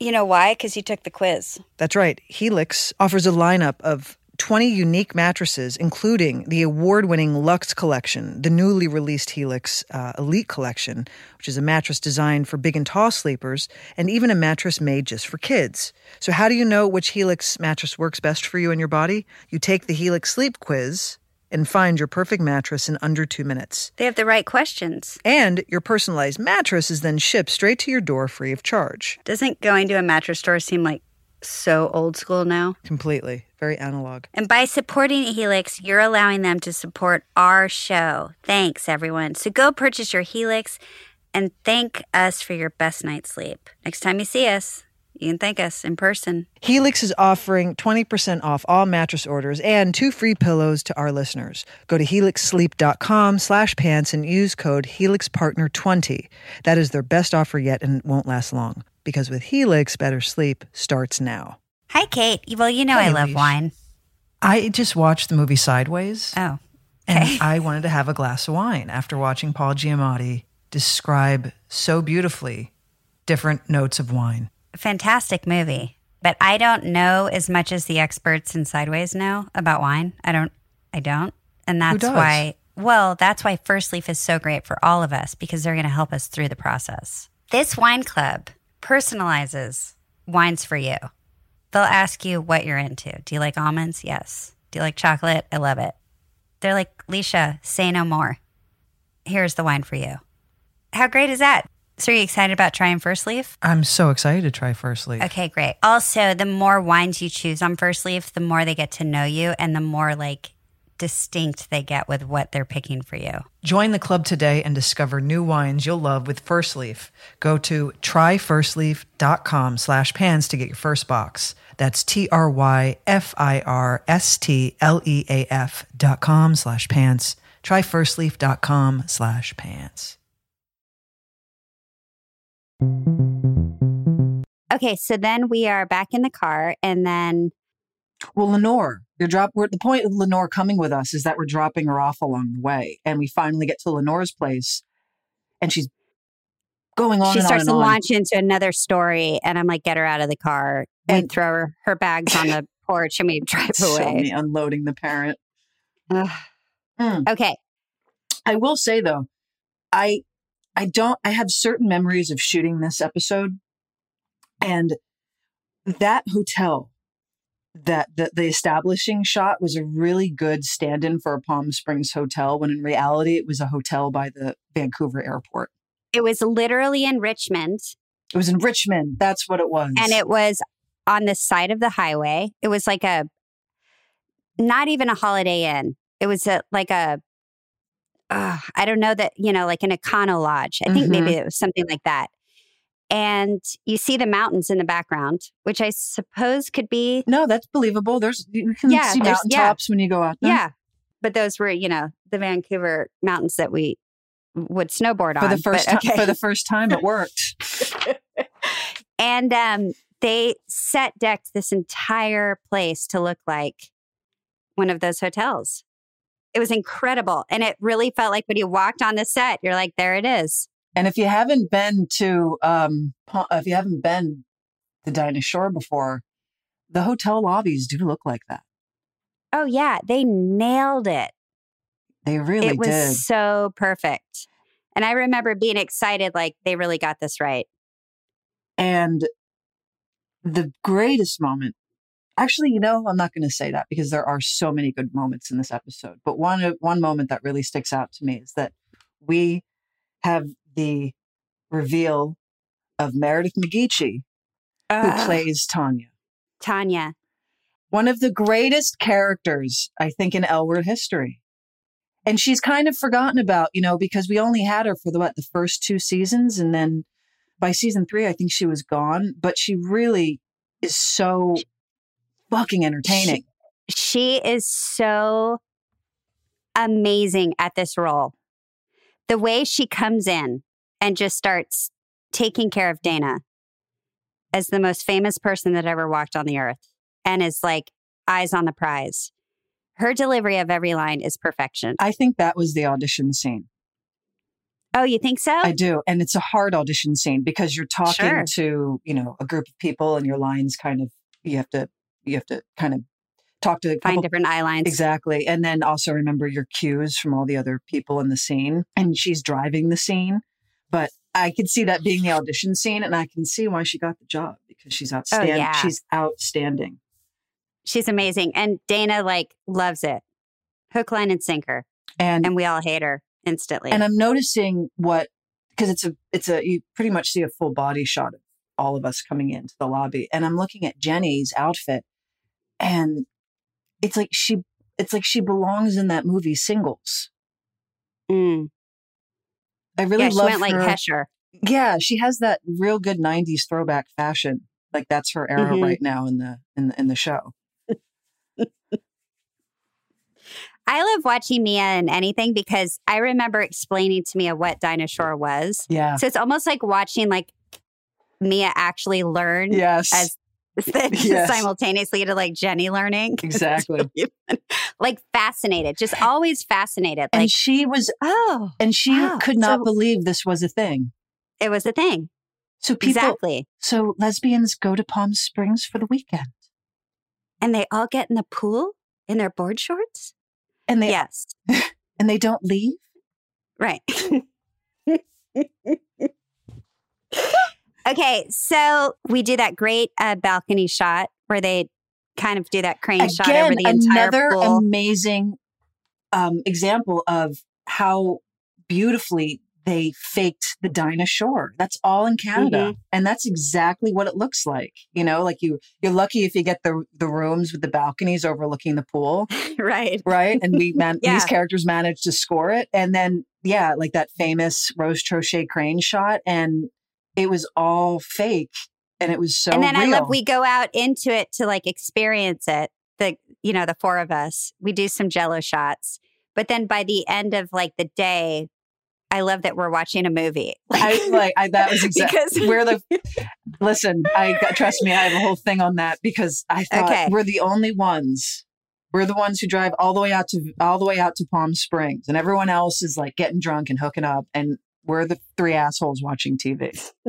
[SPEAKER 2] You know why? Cuz you took the quiz.
[SPEAKER 1] That's right. Helix offers a lineup of 20 unique mattresses, including the award winning Lux Collection, the newly released Helix uh, Elite Collection, which is a mattress designed for big and tall sleepers, and even a mattress made just for kids. So, how do you know which Helix mattress works best for you and your body? You take the Helix Sleep Quiz and find your perfect mattress in under two minutes.
[SPEAKER 2] They have the right questions.
[SPEAKER 1] And your personalized mattress is then shipped straight to your door free of charge.
[SPEAKER 2] Doesn't going to a mattress store seem like so old school now?
[SPEAKER 1] Completely. Very analog.
[SPEAKER 2] And by supporting Helix, you're allowing them to support our show. Thanks, everyone. So go purchase your Helix and thank us for your best night's sleep. Next time you see us, you can thank us in person.
[SPEAKER 1] Helix is offering 20% off all mattress orders and two free pillows to our listeners. Go to helixsleep.com slash pants and use code HelixPartner20. That is their best offer yet and it won't last long because with Helix, better sleep starts now.
[SPEAKER 2] Hi, Kate. Well, you know
[SPEAKER 1] Hey,
[SPEAKER 2] I love
[SPEAKER 1] Leash.
[SPEAKER 2] wine.
[SPEAKER 1] I just watched the movie Sideways
[SPEAKER 2] Oh,
[SPEAKER 1] and I wanted to have a glass of wine after watching Paul Giamatti describe so beautifully different notes of wine.
[SPEAKER 2] fantastic movie. But I don't know as much as the experts in Sideways know about wine. I don't. I don't. And that's
[SPEAKER 1] does?
[SPEAKER 2] why. Well, that's why First Leaf is so great for all of us because they're going to help us through the process. This wine club personalizes wines for you. They'll ask you what you're into. Do you like almonds? Yes. Do you like chocolate? I love it. They're like, Leisha, say no more. Here's the wine for you. How great is that? So, are you excited about trying First Leaf?
[SPEAKER 1] I'm so excited to try First Leaf.
[SPEAKER 2] Okay, great. Also, the more wines you choose on First Leaf, the more they get to know you and the more like distinct they get with what they're picking for you.
[SPEAKER 1] Join the club today and discover new wines you'll love with First Leaf. Go to tryfirstleaf.com slash pans to get your first box. That's T-R-Y-F-I-R-S-T-L-E-A-F E dot com slash pants. Tryfirstleaf.com slash pants.
[SPEAKER 2] Okay, so then we are back in the car and then
[SPEAKER 3] Well, Lenore, you're drop. We're, the point of Lenore coming with us is that we're dropping her off along the way, and we finally get to Lenore's place, and she's going on.
[SPEAKER 2] she
[SPEAKER 3] and
[SPEAKER 2] starts
[SPEAKER 3] on
[SPEAKER 2] to
[SPEAKER 3] and on.
[SPEAKER 2] launch into another story and I'm like, get her out of the car. We
[SPEAKER 3] And-
[SPEAKER 2] throw her, her bags on the porch and we drive
[SPEAKER 3] So me
[SPEAKER 2] away.
[SPEAKER 3] unloading the parent.
[SPEAKER 2] Ugh.
[SPEAKER 3] Mm.
[SPEAKER 2] Okay.
[SPEAKER 3] I will say though, I I don't I have certain memories of shooting this episode and that hotel
[SPEAKER 1] that the, the establishing shot was a really good stand-in for a Palm Springs hotel when in reality it was a hotel by the Vancouver airport.
[SPEAKER 2] It was literally in Richmond
[SPEAKER 1] It was in Richmond. That's what it was.
[SPEAKER 2] and it was on the side of the highway. It was like a not even a Holiday Inn. It was a, like a uh, I don't know that you know like an Econo Lodge. I think
[SPEAKER 1] Mm-hmm.
[SPEAKER 2] maybe it was something like that. And you see the mountains in the background, which I suppose could be
[SPEAKER 1] No, that's believable. There's you can
[SPEAKER 2] Yeah,
[SPEAKER 1] see
[SPEAKER 2] there's-
[SPEAKER 1] mountaintops
[SPEAKER 2] yeah.
[SPEAKER 1] tops when you go out there.
[SPEAKER 2] Yeah. But those were, you know, the Vancouver mountains that we would snowboard
[SPEAKER 1] For
[SPEAKER 2] on.
[SPEAKER 1] the
[SPEAKER 2] but
[SPEAKER 1] first time,
[SPEAKER 2] okay.
[SPEAKER 1] for the first time it worked.
[SPEAKER 2] and um, they set decked this entire place to look like one of those hotels. It was incredible. And it really felt like when you walked on the set, you're like, there it is.
[SPEAKER 1] And if you haven't been to, um, Pa- if you haven't been to Dinosaur before, the hotel lobbies do look like that.
[SPEAKER 2] Oh, yeah. They nailed it.
[SPEAKER 1] They really
[SPEAKER 2] it was
[SPEAKER 1] did.
[SPEAKER 2] so perfect. And I remember being excited, like, they really got this right.
[SPEAKER 1] And the greatest moment, actually, you know, I'm not going to say that because there are so many good moments in this episode. But one of- one moment that really sticks out to me is that we have the reveal of Meredith McGeechee, who
[SPEAKER 2] Ugh,
[SPEAKER 1] plays Tanya.
[SPEAKER 2] Tanya.
[SPEAKER 1] one of the greatest characters, I think, in L word history. And she's kind of forgotten about, you know, because we only had her for the what, the first two seasons. And then by season three, I think she was gone. But she really is so fucking entertaining.
[SPEAKER 2] she is so amazing at this role. The way she comes in and just starts taking care of Dana as the most famous person that ever walked on the earth and is like eyes on the prize. Her delivery of every line is perfection.
[SPEAKER 1] I think that was the audition scene.
[SPEAKER 2] Oh, you think so?
[SPEAKER 1] I do. And it's a hard audition scene because you're talking
[SPEAKER 2] Sure.
[SPEAKER 1] to, you know, a group of people and your lines kind of you have to you have to kind of talk to a
[SPEAKER 2] Find
[SPEAKER 1] couple
[SPEAKER 2] different eye lines.
[SPEAKER 1] Exactly. And then also remember your cues from all the other people in the scene. And she's driving the scene. But I could see that being the audition scene and I can see why she got the job because she's outstanding.
[SPEAKER 2] Oh, yeah.
[SPEAKER 1] She's outstanding.
[SPEAKER 2] She's amazing. And Dana like loves it. Hook, line, and sinker.
[SPEAKER 1] And
[SPEAKER 2] And we all hate her instantly.
[SPEAKER 1] and I'm noticing what because it's a it's a you pretty much see a full body shot of all of us coming into the lobby. And I'm looking at Jenny's outfit and it's like she it's like she belongs in that movie singles.
[SPEAKER 2] Mm.
[SPEAKER 1] I really
[SPEAKER 2] yeah, she
[SPEAKER 1] love
[SPEAKER 2] went like
[SPEAKER 1] her.
[SPEAKER 2] Hesher.
[SPEAKER 1] yeah she has that real good 90s throwback fashion like that's her era
[SPEAKER 2] Mhm.
[SPEAKER 1] right now in the in the, in the show
[SPEAKER 2] I love watching Mia in anything because I remember explaining to Mia what dinosaur was.
[SPEAKER 1] yeah
[SPEAKER 2] So it's almost like watching like Mia actually learn
[SPEAKER 1] yes
[SPEAKER 2] as-
[SPEAKER 1] Yes.
[SPEAKER 2] simultaneously to like Jenny learning.
[SPEAKER 1] exactly
[SPEAKER 2] like fascinated, just always fascinated. Like,
[SPEAKER 1] and she was
[SPEAKER 2] oh,
[SPEAKER 1] and she
[SPEAKER 2] wow,
[SPEAKER 1] could not
[SPEAKER 2] so-
[SPEAKER 1] believe this was a thing
[SPEAKER 2] it was a thing.
[SPEAKER 1] so people
[SPEAKER 2] exactly.
[SPEAKER 1] so lesbians go to palm springs for the weekend
[SPEAKER 2] And they all get in the pool in their board shorts.
[SPEAKER 1] and they
[SPEAKER 2] yes.
[SPEAKER 1] and they don't leave
[SPEAKER 2] Right. okay, so we do that great uh, balcony shot where they kind of do that crane shot over
[SPEAKER 1] again
[SPEAKER 2] the entire
[SPEAKER 1] another
[SPEAKER 2] pool.
[SPEAKER 1] amazing um, example of how beautifully they faked the dinosaur that's all in canada
[SPEAKER 2] Mm-hmm.
[SPEAKER 1] and that's exactly what it looks like you know like you you're lucky if you get the the rooms with the balconies overlooking the pool
[SPEAKER 2] right.
[SPEAKER 1] right and we man-
[SPEAKER 2] Yeah.
[SPEAKER 1] these characters managed to score it and then yeah like that famous rose trochet crane shot and it was all fake and it was so
[SPEAKER 2] and then I
[SPEAKER 1] real.
[SPEAKER 2] love we go out into it to like experience it. The you know, the four of us. We do some jello shots. But then by the end of like the day, I love that we're watching a movie.
[SPEAKER 1] I like I, that was exactly
[SPEAKER 2] because
[SPEAKER 1] we're the listen i trust me i have a whole thing on that because i thought
[SPEAKER 2] Okay.
[SPEAKER 1] we're the only ones we're the ones who drive all the way out to all the way out to palm springs and everyone else is like getting drunk and hooking up and we're the three assholes watching tv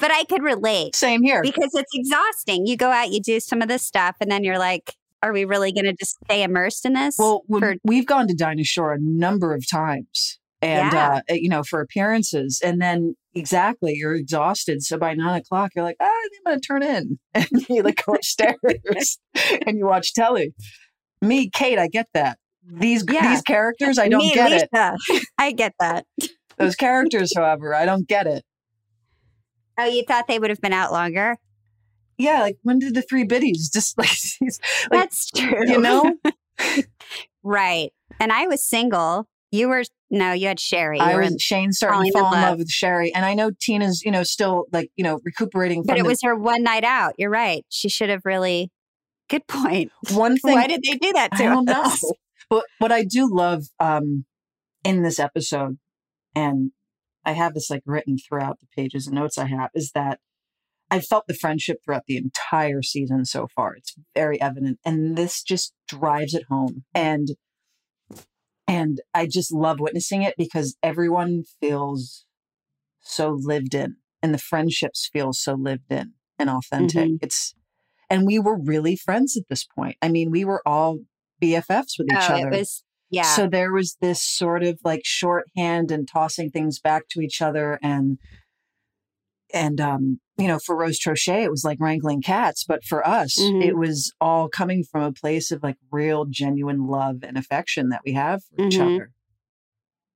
[SPEAKER 2] but I could relate.
[SPEAKER 1] same here
[SPEAKER 2] because it's exhausting. You go out, you do some of this stuff, and then you're like, are we really going to just stay immersed in this?
[SPEAKER 1] well when-
[SPEAKER 2] for-
[SPEAKER 1] we've gone to dinosaur a number of times and
[SPEAKER 2] Yeah.
[SPEAKER 1] uh, you know for appearances and then Exactly. You're exhausted. So by nine o'clock, you're like, ah, I think I'm going to turn in. And you like go upstairs and you watch telly. Me, Kate, I get that. These
[SPEAKER 2] Yeah.
[SPEAKER 1] these characters, I don't
[SPEAKER 2] Me,
[SPEAKER 1] get it.
[SPEAKER 2] Lisa. I get that.
[SPEAKER 1] Those characters, however, I don't get it.
[SPEAKER 2] Oh, you thought they would have been out longer?
[SPEAKER 1] Yeah, like when did the three biddies just like these- Like,
[SPEAKER 2] That's true.
[SPEAKER 1] you know?
[SPEAKER 2] right. And I was single. You were, no, you had Sherry.
[SPEAKER 1] I
[SPEAKER 2] You were
[SPEAKER 1] was
[SPEAKER 2] in-
[SPEAKER 1] Shane starting
[SPEAKER 2] falling
[SPEAKER 1] to
[SPEAKER 2] in
[SPEAKER 1] fall in
[SPEAKER 2] love.
[SPEAKER 1] love with Sherry. And I know Tina's, you know, still like, you know, recuperating from
[SPEAKER 2] but it
[SPEAKER 1] the-
[SPEAKER 2] was her one night out. You're right. She should have really, good point.
[SPEAKER 1] one thing.
[SPEAKER 2] Why did they do that to
[SPEAKER 1] I don't know.
[SPEAKER 2] us?
[SPEAKER 1] But what I do love um, in this episode, and I have this like written throughout the pages and notes I have, is that I felt the friendship throughout the entire season so far. It's very evident, and this just drives it home. And and I just love witnessing it because everyone feels so lived in, and the friendships feel so lived in and authentic.
[SPEAKER 2] Mhm.
[SPEAKER 1] It's and we were really friends at this point. I mean, we were all BFFs with each
[SPEAKER 2] oh,
[SPEAKER 1] other.
[SPEAKER 2] it was, yeah.
[SPEAKER 1] So there was this sort of like shorthand and tossing things back to each other and and um you know for Rose Trochet it was like wrangling cats but for us
[SPEAKER 2] Mhm.
[SPEAKER 1] it was all coming from a place of like real genuine love and affection that we have for each
[SPEAKER 2] Mhm.
[SPEAKER 1] other.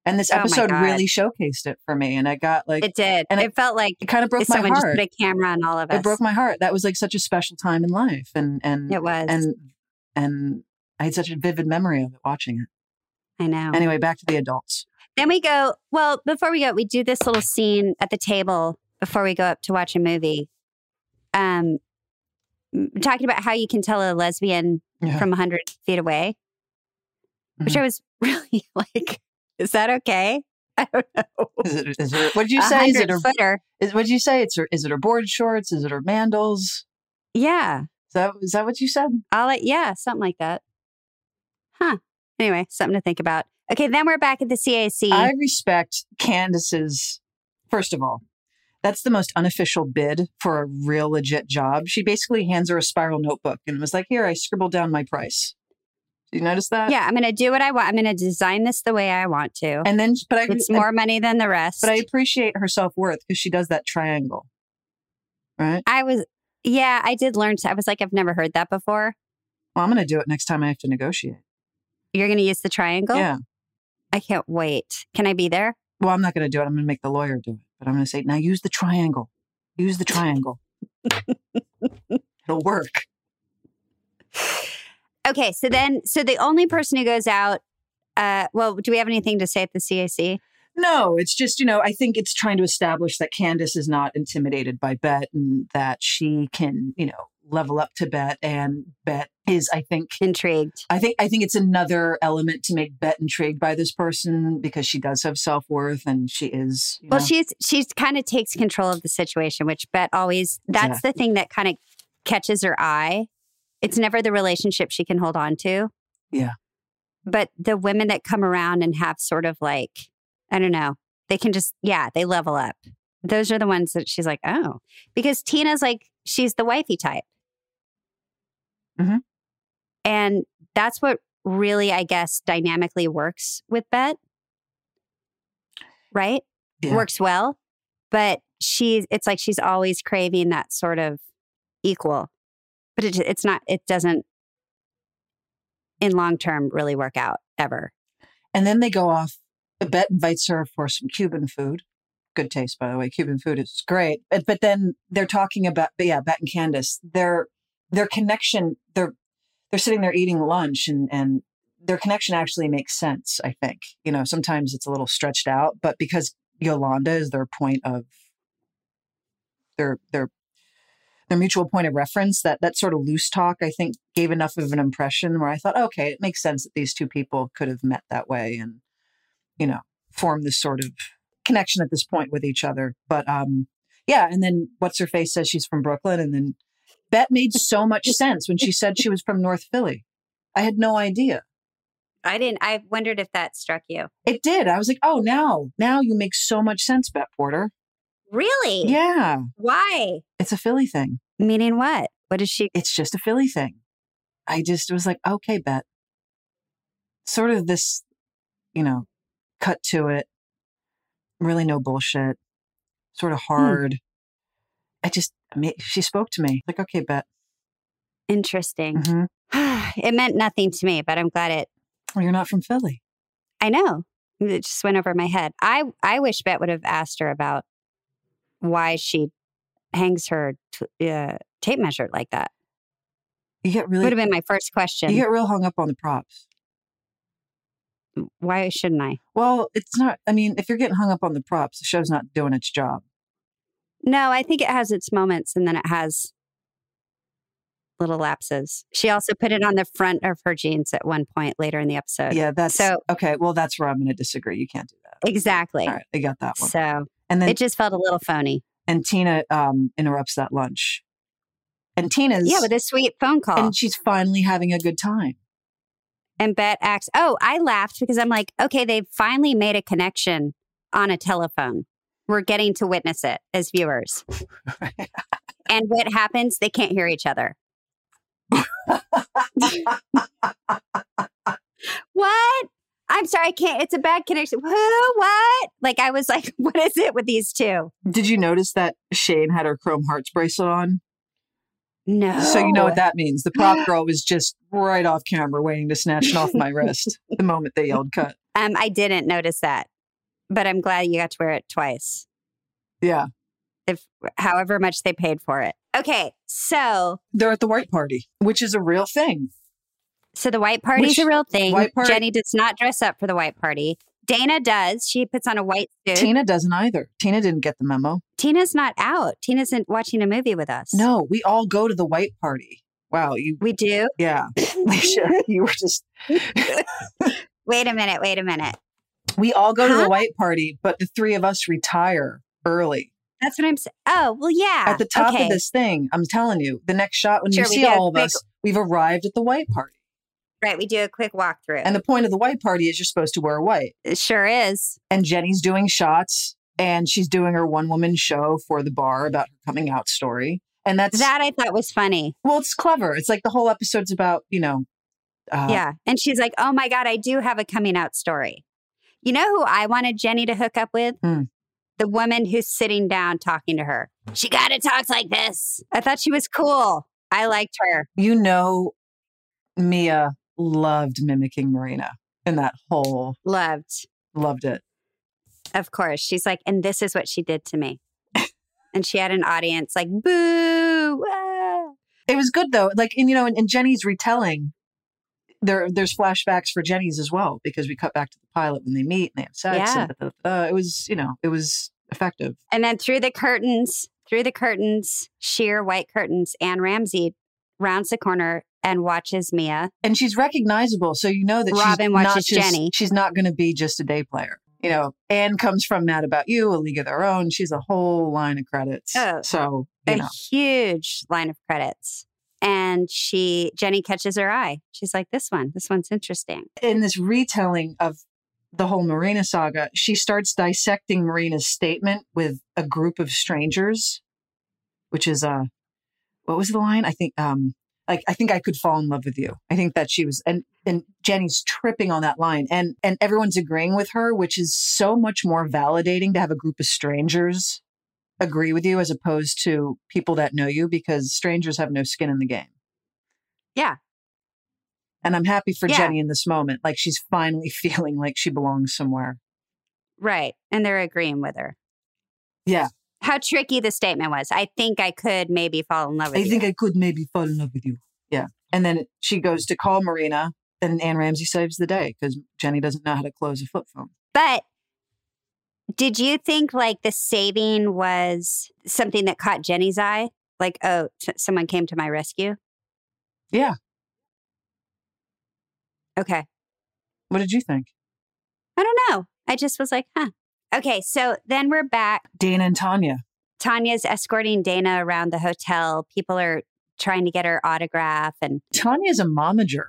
[SPEAKER 1] And this
[SPEAKER 2] Oh my
[SPEAKER 1] episode
[SPEAKER 2] God.
[SPEAKER 1] really showcased it for me and I got like
[SPEAKER 2] it
[SPEAKER 1] it,
[SPEAKER 2] did.
[SPEAKER 1] and
[SPEAKER 2] it, felt like
[SPEAKER 1] kind of broke my
[SPEAKER 2] someone just
[SPEAKER 1] heart.
[SPEAKER 2] put a camera on all of us.
[SPEAKER 1] It broke my heart. That was like such a special time in life and and
[SPEAKER 2] It was.
[SPEAKER 1] and and I had such a vivid memory of it watching it.
[SPEAKER 2] I know.
[SPEAKER 1] Anyway, back to the adults.
[SPEAKER 2] Then we go, well, before we go, we do this little scene at the table before we go up to watch a movie. Um, m- talking about how you can tell a lesbian
[SPEAKER 1] Yeah.
[SPEAKER 2] from 100 feet away, which I was really like, is that okay? I don't know.
[SPEAKER 1] Is it, is it, what did you
[SPEAKER 2] A
[SPEAKER 1] say? Is it
[SPEAKER 2] 100
[SPEAKER 1] her,
[SPEAKER 2] footer?
[SPEAKER 1] is, what did you say? It's her, is it her board shorts? Is it her mandals? Is
[SPEAKER 2] Yeah.
[SPEAKER 1] that, is that what you said?
[SPEAKER 2] I'll let, yeah, something like that. Huh. Anyway, something to think about. Okay. Then we're back at the CAC.
[SPEAKER 1] I respect Candace's, first of all, that's the most unofficial bid for a real legit job. She basically hands her a spiral notebook and was like, here, I scribbled down my price. Do you notice that?
[SPEAKER 2] yeah. I'm going to do what I want. I'm going to design this the way I want to.
[SPEAKER 1] And then, but I,
[SPEAKER 2] It's more money than the rest.
[SPEAKER 1] but I appreciate her self worth because she does that triangle, right?
[SPEAKER 2] I was, yeah, I did learn. To, I was like, I've never heard that before.
[SPEAKER 1] Well, I'm going to do it next time I have to negotiate.
[SPEAKER 2] You're going to use the triangle?
[SPEAKER 1] Yeah.
[SPEAKER 2] I can't wait. Can I be there?
[SPEAKER 1] Well, I'm not going to do it. I'm going to make the lawyer do it. But I'm going to say, now use the triangle. Use the triangle. It'll work.
[SPEAKER 2] Okay. So then, so the only person who goes out, uh, well, do we have anything to say at the CAC?
[SPEAKER 1] No, it's just, you know, I think it's trying to establish that Candace is not intimidated by Bet and that she can, you know, level up to Bet. And Bet is, I think,
[SPEAKER 2] Intrigued.
[SPEAKER 1] I think I think it's another element to make Bet intrigued by this person because she does have self worth and she is. you
[SPEAKER 2] Well,
[SPEAKER 1] know-
[SPEAKER 2] she's, she's kind of takes control of the situation, which Bet always, that's the thing that kind of catches her eye. It's never the relationship she can hold on to.
[SPEAKER 1] Yeah.
[SPEAKER 2] But the women that come around and have sort of like, I don't know, they can just, yeah, they level up. Those are the ones that she's like, oh, because Tina's like, she's the wifey type.
[SPEAKER 1] Mhm.
[SPEAKER 2] And that's what really, I guess, dynamically works with Bet, right?
[SPEAKER 1] Yeah.
[SPEAKER 2] Works well. But she's, it's like she's always craving that sort of equal, but it, it's not, it doesn't in long term really work out ever.
[SPEAKER 1] And then they go off. Bet invites her for some Cuban food. Good taste, by the way. Cuban food is great. But, but then they're talking about, but yeah, Bet and Candace, their their connection. They're they're sitting there eating lunch, and and their connection actually makes sense. I think you know sometimes it's a little stretched out, but because Yolanda is their point of their their their mutual point of reference, that that sort of loose talk, I think, gave enough of an impression where I thought, okay, it makes sense that these two people could have met that way and, you know, form this sort of connection at this point with each other. But um, yeah, and then what's her face says she's from Brooklyn, and then that made so much sense when she said she was from North Philly. I had no idea.
[SPEAKER 2] I didn't, I wondered if that struck you.
[SPEAKER 1] It did. I was like, oh, now, now you make so much sense, Bet Porter.
[SPEAKER 2] Really?
[SPEAKER 1] Yeah,
[SPEAKER 2] Why?
[SPEAKER 1] it's a Philly thing.
[SPEAKER 2] Meaning what? What is she?
[SPEAKER 1] it's just a Philly thing. I just was like, okay, bet. Sort of this, you know, cut to it. Really no bullshit. sort of
[SPEAKER 2] Hmm.
[SPEAKER 1] hard. I just, I mean, she spoke to me like, okay, bet.
[SPEAKER 2] Interesting.
[SPEAKER 1] Mhm.
[SPEAKER 2] it meant nothing to me, but I'm glad it.
[SPEAKER 1] Well, "Oh, you're not from Philly.
[SPEAKER 2] I know it just went over my head. I I wish Bet would have asked her about why she hangs her t- uh, tape measure like that.
[SPEAKER 1] You get really,
[SPEAKER 2] Would have been my first
[SPEAKER 1] you
[SPEAKER 2] question.
[SPEAKER 1] get real hung up on the props.
[SPEAKER 2] Why shouldn't I?
[SPEAKER 1] Well, it's not, I mean, if you're getting hung up on the props, the show's not doing its job.
[SPEAKER 2] No, I think it has its moments and then it has little lapses. She also put it on the front of her jeans at one point later in the episode.
[SPEAKER 1] Yeah, that's
[SPEAKER 2] so-
[SPEAKER 1] okay. Well, that's where I'm going to disagree. You can't do that.
[SPEAKER 2] Exactly.
[SPEAKER 1] All right, I got that one.
[SPEAKER 2] So
[SPEAKER 1] and then
[SPEAKER 2] it just felt a little phony.
[SPEAKER 1] and Tina um, interrupts that lunch, and Tina's
[SPEAKER 2] Yeah, with a sweet phone call.
[SPEAKER 1] and she's finally having a good time.
[SPEAKER 2] And Bet acts, oh, I laughed because I'm like, okay, they've finally made a connection on a telephone. We're getting to witness it as viewers. and what happens? They can't hear each other. what? I'm sorry, I can't. It's a bad connection. Who? What? Like, I was like, what is it with these two?
[SPEAKER 1] Did you notice that Shane had her chrome hearts bracelet on?
[SPEAKER 2] No.
[SPEAKER 1] So you
[SPEAKER 2] Oh.
[SPEAKER 1] know what that means. The prop girl was just right off camera, waiting to snatch it off my wrist the moment they yelled "cut."
[SPEAKER 2] Um, I didn't notice that, but I'm glad you got to wear it twice.
[SPEAKER 1] Yeah,
[SPEAKER 2] if however much they paid for it. Okay, so
[SPEAKER 1] they're at the white party, which is a real thing.
[SPEAKER 2] so the white party is
[SPEAKER 1] Which-
[SPEAKER 2] a real thing.
[SPEAKER 1] white party-
[SPEAKER 2] Jenny does not dress up for the white party. Dana does. She puts on a white suit.
[SPEAKER 1] Tina doesn't either. Tina didn't get the memo.
[SPEAKER 2] Tina's not out. Tina's in, watching a movie with us.
[SPEAKER 1] No, we all go to the white party. Wow, you
[SPEAKER 2] we do.
[SPEAKER 1] yeah, Alicia, you were just
[SPEAKER 2] Wait a minute. Wait a minute.
[SPEAKER 1] We all go to
[SPEAKER 2] Huh?
[SPEAKER 1] the white party, but the three of us retire early.
[SPEAKER 2] That's what I'm saying. Oh well, yeah.
[SPEAKER 1] at the top
[SPEAKER 2] okay.
[SPEAKER 1] of this thing, I'm telling you, the next shot when
[SPEAKER 2] Sure,
[SPEAKER 1] you
[SPEAKER 2] we
[SPEAKER 1] see
[SPEAKER 2] do a
[SPEAKER 1] all of
[SPEAKER 2] quick-
[SPEAKER 1] us, we've arrived at the white party.
[SPEAKER 2] right, we do a quick walkthrough.
[SPEAKER 1] And the point of the white party is you're supposed to wear white.
[SPEAKER 2] it sure is.
[SPEAKER 1] And Jenny's doing shots and she's doing her one woman show for the bar about her coming out story. And that's
[SPEAKER 2] That I thought was funny.
[SPEAKER 1] well, it's clever. It's like the whole episode's about, you know, uh,
[SPEAKER 2] yeah. And she's like, oh my God, I do have a coming out story. You know who I wanted Jenny to hook up with?
[SPEAKER 1] Hmm.
[SPEAKER 2] The woman who's sitting down talking to her. She got to talk like this. I thought she was cool. I liked her.
[SPEAKER 1] you know, Mia loved mimicking Marina and that whole
[SPEAKER 2] Loved.
[SPEAKER 1] loved it.
[SPEAKER 2] Of course. She's like, and this is what she did to me. and she had an audience like, boo. ah.
[SPEAKER 1] It was good though. Like and you know, and, and Jenny's retelling. There, there's flashbacks for Jenny's as well because we cut back to the pilot when they meet and they have sex. and da- da- da- da. it was, you know, it was effective.
[SPEAKER 2] And then through the curtains, through the curtains, sheer white curtains, Anne Ramsey rounds the corner and watches Mia.
[SPEAKER 1] And she's recognizable, so you know that
[SPEAKER 2] Robin
[SPEAKER 1] she's
[SPEAKER 2] watches
[SPEAKER 1] not just,
[SPEAKER 2] Jenny.
[SPEAKER 1] She's not going to be just a day player. You know, Anne comes from Mad About You, A League of Their Own. She's a whole line of credits.
[SPEAKER 2] Oh.
[SPEAKER 1] so you
[SPEAKER 2] a
[SPEAKER 1] know,
[SPEAKER 2] huge line of credits. And she, Jenny catches her eye. She's like, this one, this one's interesting.
[SPEAKER 1] in this retelling of the whole Marina saga, she starts dissecting Marina's statement with a group of strangers, which is uh what was the line? I think um like I think I could fall in love with you. I think that she was and and Jenny's tripping on that line and and everyone's agreeing with her, which is so much more validating to have a group of strangers agree with you as opposed to people that know you because strangers have no skin in the game.
[SPEAKER 2] Yeah.
[SPEAKER 1] And I'm happy for
[SPEAKER 2] Yeah.
[SPEAKER 1] Jenny in this moment. Like she's finally feeling like she belongs somewhere.
[SPEAKER 2] Right. And they're agreeing with her.
[SPEAKER 1] Yeah.
[SPEAKER 2] How tricky the statement was. I think I could maybe fall in love with
[SPEAKER 1] I
[SPEAKER 2] you.
[SPEAKER 1] think I could maybe fall in love with you. Yeah. And then she goes to call Marina and Anne Ramsey saves the day because Jenny doesn't know how to close a flip phone.
[SPEAKER 2] but did you think like the saving was something that caught Jenny's eye? Like, oh, s- someone came to my rescue?
[SPEAKER 1] Yeah.
[SPEAKER 2] Okay.
[SPEAKER 1] What did you think?
[SPEAKER 2] I don't know. I just was like, huh. Okay. So then we're back
[SPEAKER 1] Dana and Tanya.
[SPEAKER 2] Tanya's escorting Dana around the hotel. People are trying to get her autograph. And
[SPEAKER 1] Tanya's a momager.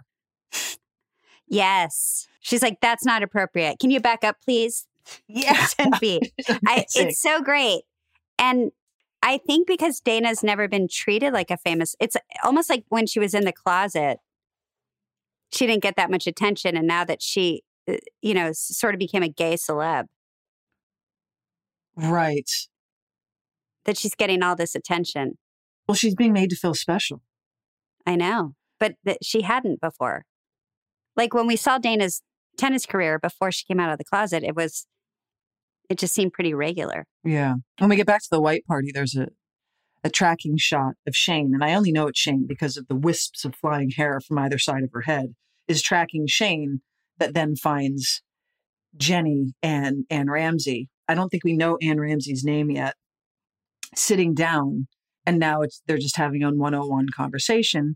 [SPEAKER 2] yes, she's like, that's not appropriate. Can you back up, please?
[SPEAKER 1] Yeah.
[SPEAKER 2] 10 feet. I,
[SPEAKER 1] Amazing.
[SPEAKER 2] it's so great. And I think because Dana's never been treated like a famous, it's almost like when she was in the closet, she didn't get that much attention. And now that she, uh, you know, s- sort of became a gay celeb,
[SPEAKER 1] right.
[SPEAKER 2] that she's getting all this attention.
[SPEAKER 1] Well, she's being made to feel special.
[SPEAKER 2] I know, but that she hadn't before. Like when we saw Dana's tennis career before she came out of the closet, it was, it just seemed pretty regular.
[SPEAKER 1] Yeah. When we get back to the white party, there's a, a tracking shot of Shane, and I only know it's Shane because of the wisps of flying hair from either side of her head, is tracking Shane that then finds Jenny and Ann Ramsey. I don't think we know Ann Ramsey's name yet. Sitting down, and now it's they're just having a one-on-one conversation,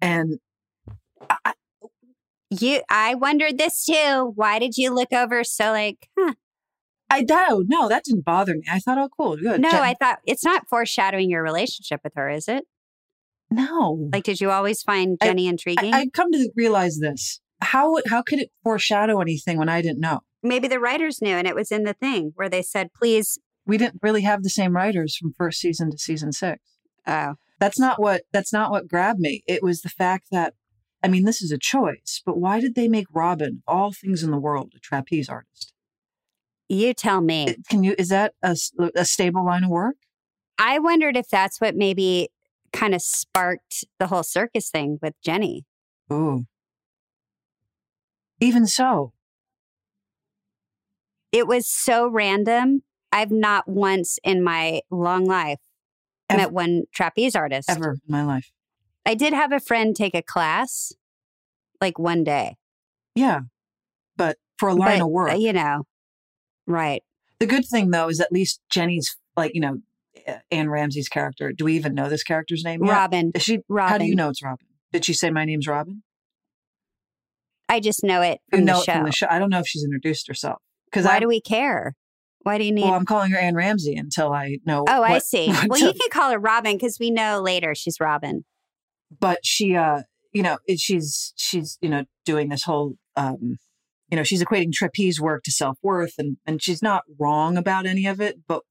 [SPEAKER 1] and I,
[SPEAKER 2] You, I wondered this too. Why did you look over so like, huh?
[SPEAKER 1] I doubt. No, that didn't bother me. I thought, oh, cool, good.
[SPEAKER 2] No,
[SPEAKER 1] Jen-
[SPEAKER 2] I thought it's not foreshadowing your relationship with her, is it?
[SPEAKER 1] no.
[SPEAKER 2] Like, did you always find
[SPEAKER 1] I-
[SPEAKER 2] Jenny
[SPEAKER 1] I,
[SPEAKER 2] intriguing?
[SPEAKER 1] I come to realize this. How how could it foreshadow anything when I didn't know?
[SPEAKER 2] Maybe the writers knew, and it was in the thing where they said, please.
[SPEAKER 1] We didn't really have the same writers from first season to season six.
[SPEAKER 2] Oh,
[SPEAKER 1] That's not what that's not what grabbed me. It was the fact that I mean, this is a choice, but why did they make Robin, of all things in the world, a trapeze artist?
[SPEAKER 2] you tell me.
[SPEAKER 1] It- Can you is that a, s- a stable line of work?
[SPEAKER 2] I wondered if that's what maybe kind of sparked the whole circus thing with Jenny.
[SPEAKER 1] Ooh. Even so,
[SPEAKER 2] It was so random. I've not once in my long life
[SPEAKER 1] Ev-
[SPEAKER 2] met one trapeze artist.
[SPEAKER 1] ever in my life.
[SPEAKER 2] I did have a friend take a class like one day.
[SPEAKER 1] Yeah. But for a line
[SPEAKER 2] but,
[SPEAKER 1] of work.
[SPEAKER 2] uh, You know, right.
[SPEAKER 1] The good thing though is at least Jenny's like you know uh, Anne Ramsey's character. Do we even know this character's name yet?
[SPEAKER 2] Robin.
[SPEAKER 1] Is she?
[SPEAKER 2] Robin.
[SPEAKER 1] How do you know it's Robin? Did she say my name's Robin?
[SPEAKER 2] I just know it
[SPEAKER 1] You
[SPEAKER 2] from,
[SPEAKER 1] know
[SPEAKER 2] the,
[SPEAKER 1] it
[SPEAKER 2] show.
[SPEAKER 1] from the show. I don't know if she's introduced herself because
[SPEAKER 2] Why
[SPEAKER 1] I.
[SPEAKER 2] do we care? Why do you need?
[SPEAKER 1] well, I'm calling her Anne Ramsey until I know.
[SPEAKER 2] oh, I
[SPEAKER 1] what-
[SPEAKER 2] see.
[SPEAKER 1] what
[SPEAKER 2] Well,
[SPEAKER 1] to-
[SPEAKER 2] you can call her Robin because we know later she's Robin.
[SPEAKER 1] But she, uh, you know, it, she's she's you know doing this whole, um, you know, she's equating trapeze work to self worth, and and she's not wrong about any of it. But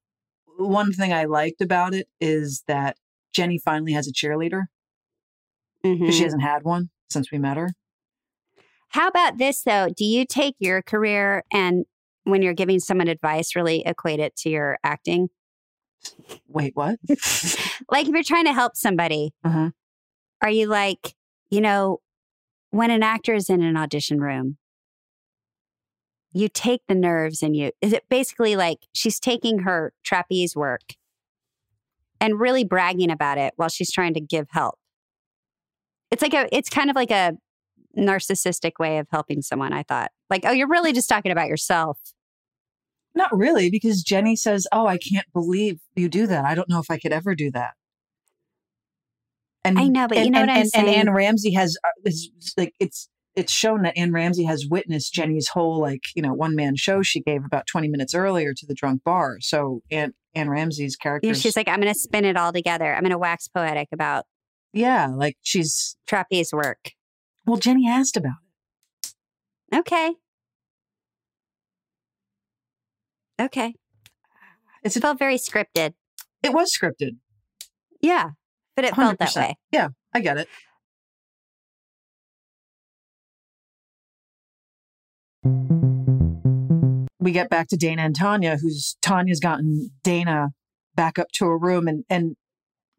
[SPEAKER 1] one thing I liked about it is that Jenny finally has a cheerleader.
[SPEAKER 2] Mhm.
[SPEAKER 1] 'cause she hasn't had one since we met her.
[SPEAKER 2] How about this though? Do you take your career and when you're giving someone advice, really equate it to your acting?
[SPEAKER 1] Wait, what?
[SPEAKER 2] Like if you're trying to help somebody,
[SPEAKER 1] Uh-huh.
[SPEAKER 2] are you like, you know, when an actor is in an audition room, you take the nerves and you, is it basically like she's taking her trapeze work and really bragging about it while she's trying to give help? It's like a, it's kind of like a narcissistic way of helping someone, I thought. Like, oh, you're really just talking about yourself.
[SPEAKER 1] Not really, because Jenny says, "Oh, I can't believe you do that. I don't know if I could ever do that." And
[SPEAKER 2] I know, but you
[SPEAKER 1] and-
[SPEAKER 2] know
[SPEAKER 1] and,
[SPEAKER 2] what I'm
[SPEAKER 1] and,
[SPEAKER 2] saying.
[SPEAKER 1] And Anne Ramsey has uh, is like it's it's shown that Anne Ramsey has witnessed Jenny's whole like you know one man show she gave about twenty minutes earlier to the drunk bar. So Anne Anne Ramsey's character,
[SPEAKER 2] You know, she's like, I'm going to spin it all together. I'm going to wax poetic about
[SPEAKER 1] yeah, like she's
[SPEAKER 2] trapeze work.
[SPEAKER 1] well, Jenny asked about it.
[SPEAKER 2] Okay. Okay.
[SPEAKER 1] It's
[SPEAKER 2] It felt very scripted.
[SPEAKER 1] it was scripted.
[SPEAKER 2] Yeah. But it felt that
[SPEAKER 1] 100%.
[SPEAKER 2] way.
[SPEAKER 1] Yeah, I get it. We get back to Dana and Tanya, who's Tanya's gotten Dana back up to a room and and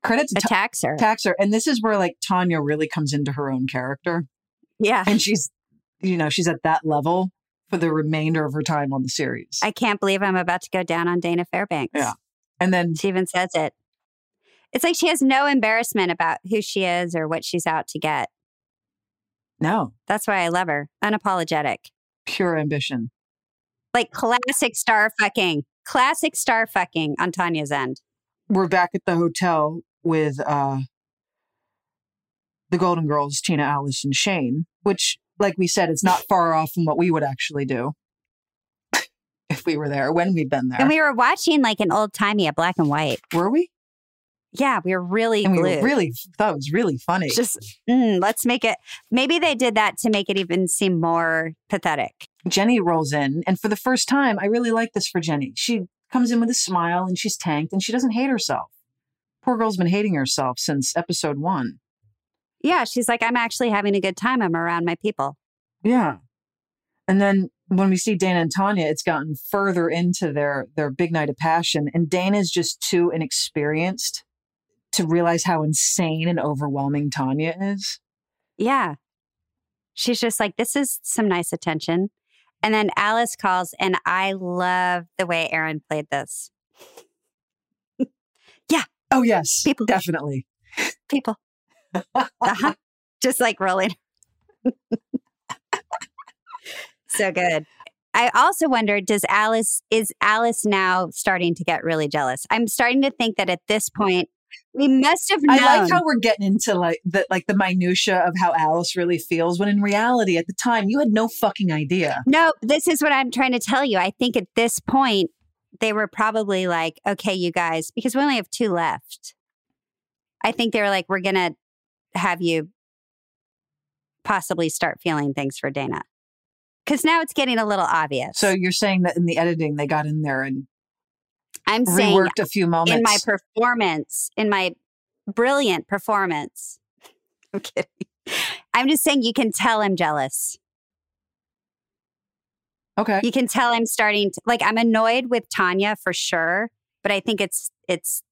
[SPEAKER 1] credit to Ta-
[SPEAKER 2] Attacks her.
[SPEAKER 1] Taxer. And this is where like Tanya really comes into her own character.
[SPEAKER 2] Yeah.
[SPEAKER 1] And she's you know, she's at that level for the remainder of her time on the series.
[SPEAKER 2] I can't believe I'm about to go down on Dana Fairbanks.
[SPEAKER 1] Yeah. and then
[SPEAKER 2] She even says it. It's like she has no embarrassment about who she is or what she's out to get.
[SPEAKER 1] no,
[SPEAKER 2] That's why I love her. Unapologetic.
[SPEAKER 1] pure ambition.
[SPEAKER 2] Like classic star fucking. Classic star fucking on Tanya's end.
[SPEAKER 1] we're back at the hotel with uh the Golden Girls, Tina, Alice, and Shane, which, like we said, it's not far off from what we would actually do if we were there when we've been there.
[SPEAKER 2] And we were watching like an old timey, a black and white.
[SPEAKER 1] were we?
[SPEAKER 2] Yeah, we were really
[SPEAKER 1] And we
[SPEAKER 2] glued.
[SPEAKER 1] were really thought it was really funny.
[SPEAKER 2] just mm, let's make it. Maybe they did that to make it even seem more pathetic.
[SPEAKER 1] Jenny rolls in, and for the first time, I really like this for Jenny. She comes in with a smile, and she's tanked, and she doesn't hate herself. Poor girl's been hating herself since episode one.
[SPEAKER 2] Yeah, she's like, I'm actually having a good time. I'm around my people.
[SPEAKER 1] Yeah. And then when we see Dana and Tanya, it's gotten further into their their big night of passion, and Dana's just too inexperienced to realize how insane and overwhelming Tanya is.
[SPEAKER 2] Yeah. She's just like, this is some nice attention. And then Alice calls, and I love the way Aaron played this.
[SPEAKER 1] Oh yes,
[SPEAKER 2] People.
[SPEAKER 1] definitely.
[SPEAKER 2] People, uh-huh. just like rolling. so good. I also wonder does Alice, is Alice now starting to get really jealous? I'm starting to think that at this point, we must have known.
[SPEAKER 1] I like how we're getting into like the like the minutia of how Alice really feels when in reality at the time you had no fucking idea.
[SPEAKER 2] No, this is what I'm trying to tell you. I think at this point, they were probably like, okay, you guys, because we only have two left. I think they were like, we're going to have you possibly start feeling things for Dana. Because now it's getting a little obvious.
[SPEAKER 1] So you're saying that in the editing they got in there and
[SPEAKER 2] I'm saying
[SPEAKER 1] reworked a few moments.
[SPEAKER 2] in my performance, in my brilliant performance, I'm kidding. I'm just saying you can tell I'm jealous.
[SPEAKER 1] okay.
[SPEAKER 2] you can tell I'm starting to like I'm annoyed with Tanya for sure, but I think it's it's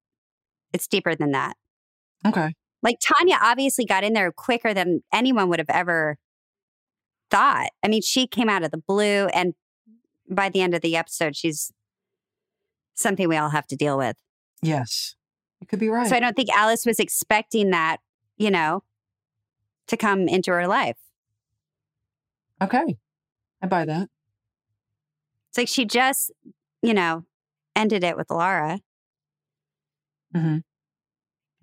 [SPEAKER 2] it's deeper than that.
[SPEAKER 1] Okay.
[SPEAKER 2] Like Tanya obviously got in there quicker than anyone would have ever thought. I mean, she came out of the blue and by the end of the episode she's something we all have to deal with.
[SPEAKER 1] Yes. You could be right.
[SPEAKER 2] So I don't think Alice was expecting that, you know, to come into her life.
[SPEAKER 1] okay. I buy that.
[SPEAKER 2] It's like she just, you know, ended it with Laura.
[SPEAKER 1] hmm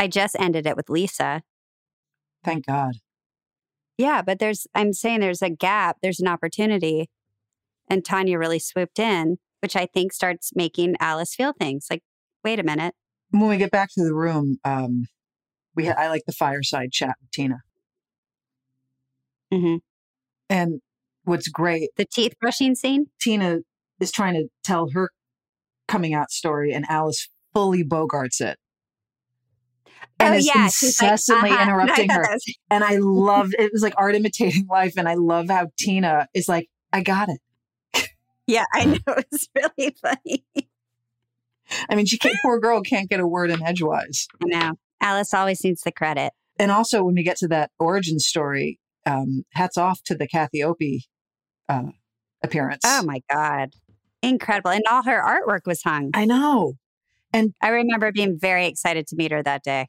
[SPEAKER 2] I just ended it with Lisa.
[SPEAKER 1] Thank God.
[SPEAKER 2] Yeah, but there's, I'm saying there's a gap, there's an opportunity. And Tanya really swooped in, which I think starts making Alice feel things like, wait a minute.
[SPEAKER 1] When we get back to the room, um, we ha- I like the fireside chat with Tina. Mm-hmm.
[SPEAKER 2] Mhm.
[SPEAKER 1] And what's great,
[SPEAKER 2] The teeth brushing scene?
[SPEAKER 1] Tina is trying to tell her coming out story, and Alice fully bogarts it. And is
[SPEAKER 2] Oh, she's like,
[SPEAKER 1] incessantly
[SPEAKER 2] "Uh-huh." And I
[SPEAKER 1] interrupting
[SPEAKER 2] thought
[SPEAKER 1] her.
[SPEAKER 2] that was-
[SPEAKER 1] And I loved it was like art imitating life. And I love how Tina is like, I got it.
[SPEAKER 2] yeah, I know. It's really funny.
[SPEAKER 1] I mean, she can't, poor girl can't get a word in edgewise.
[SPEAKER 2] I know. Alice always needs the credit.
[SPEAKER 1] And also, when we get to that origin story, um, hats off to the Kathy Opie uh, appearance.
[SPEAKER 2] Oh my God. Incredible. And all her artwork was hung.
[SPEAKER 1] I know.
[SPEAKER 2] I remember being very excited to meet her that day.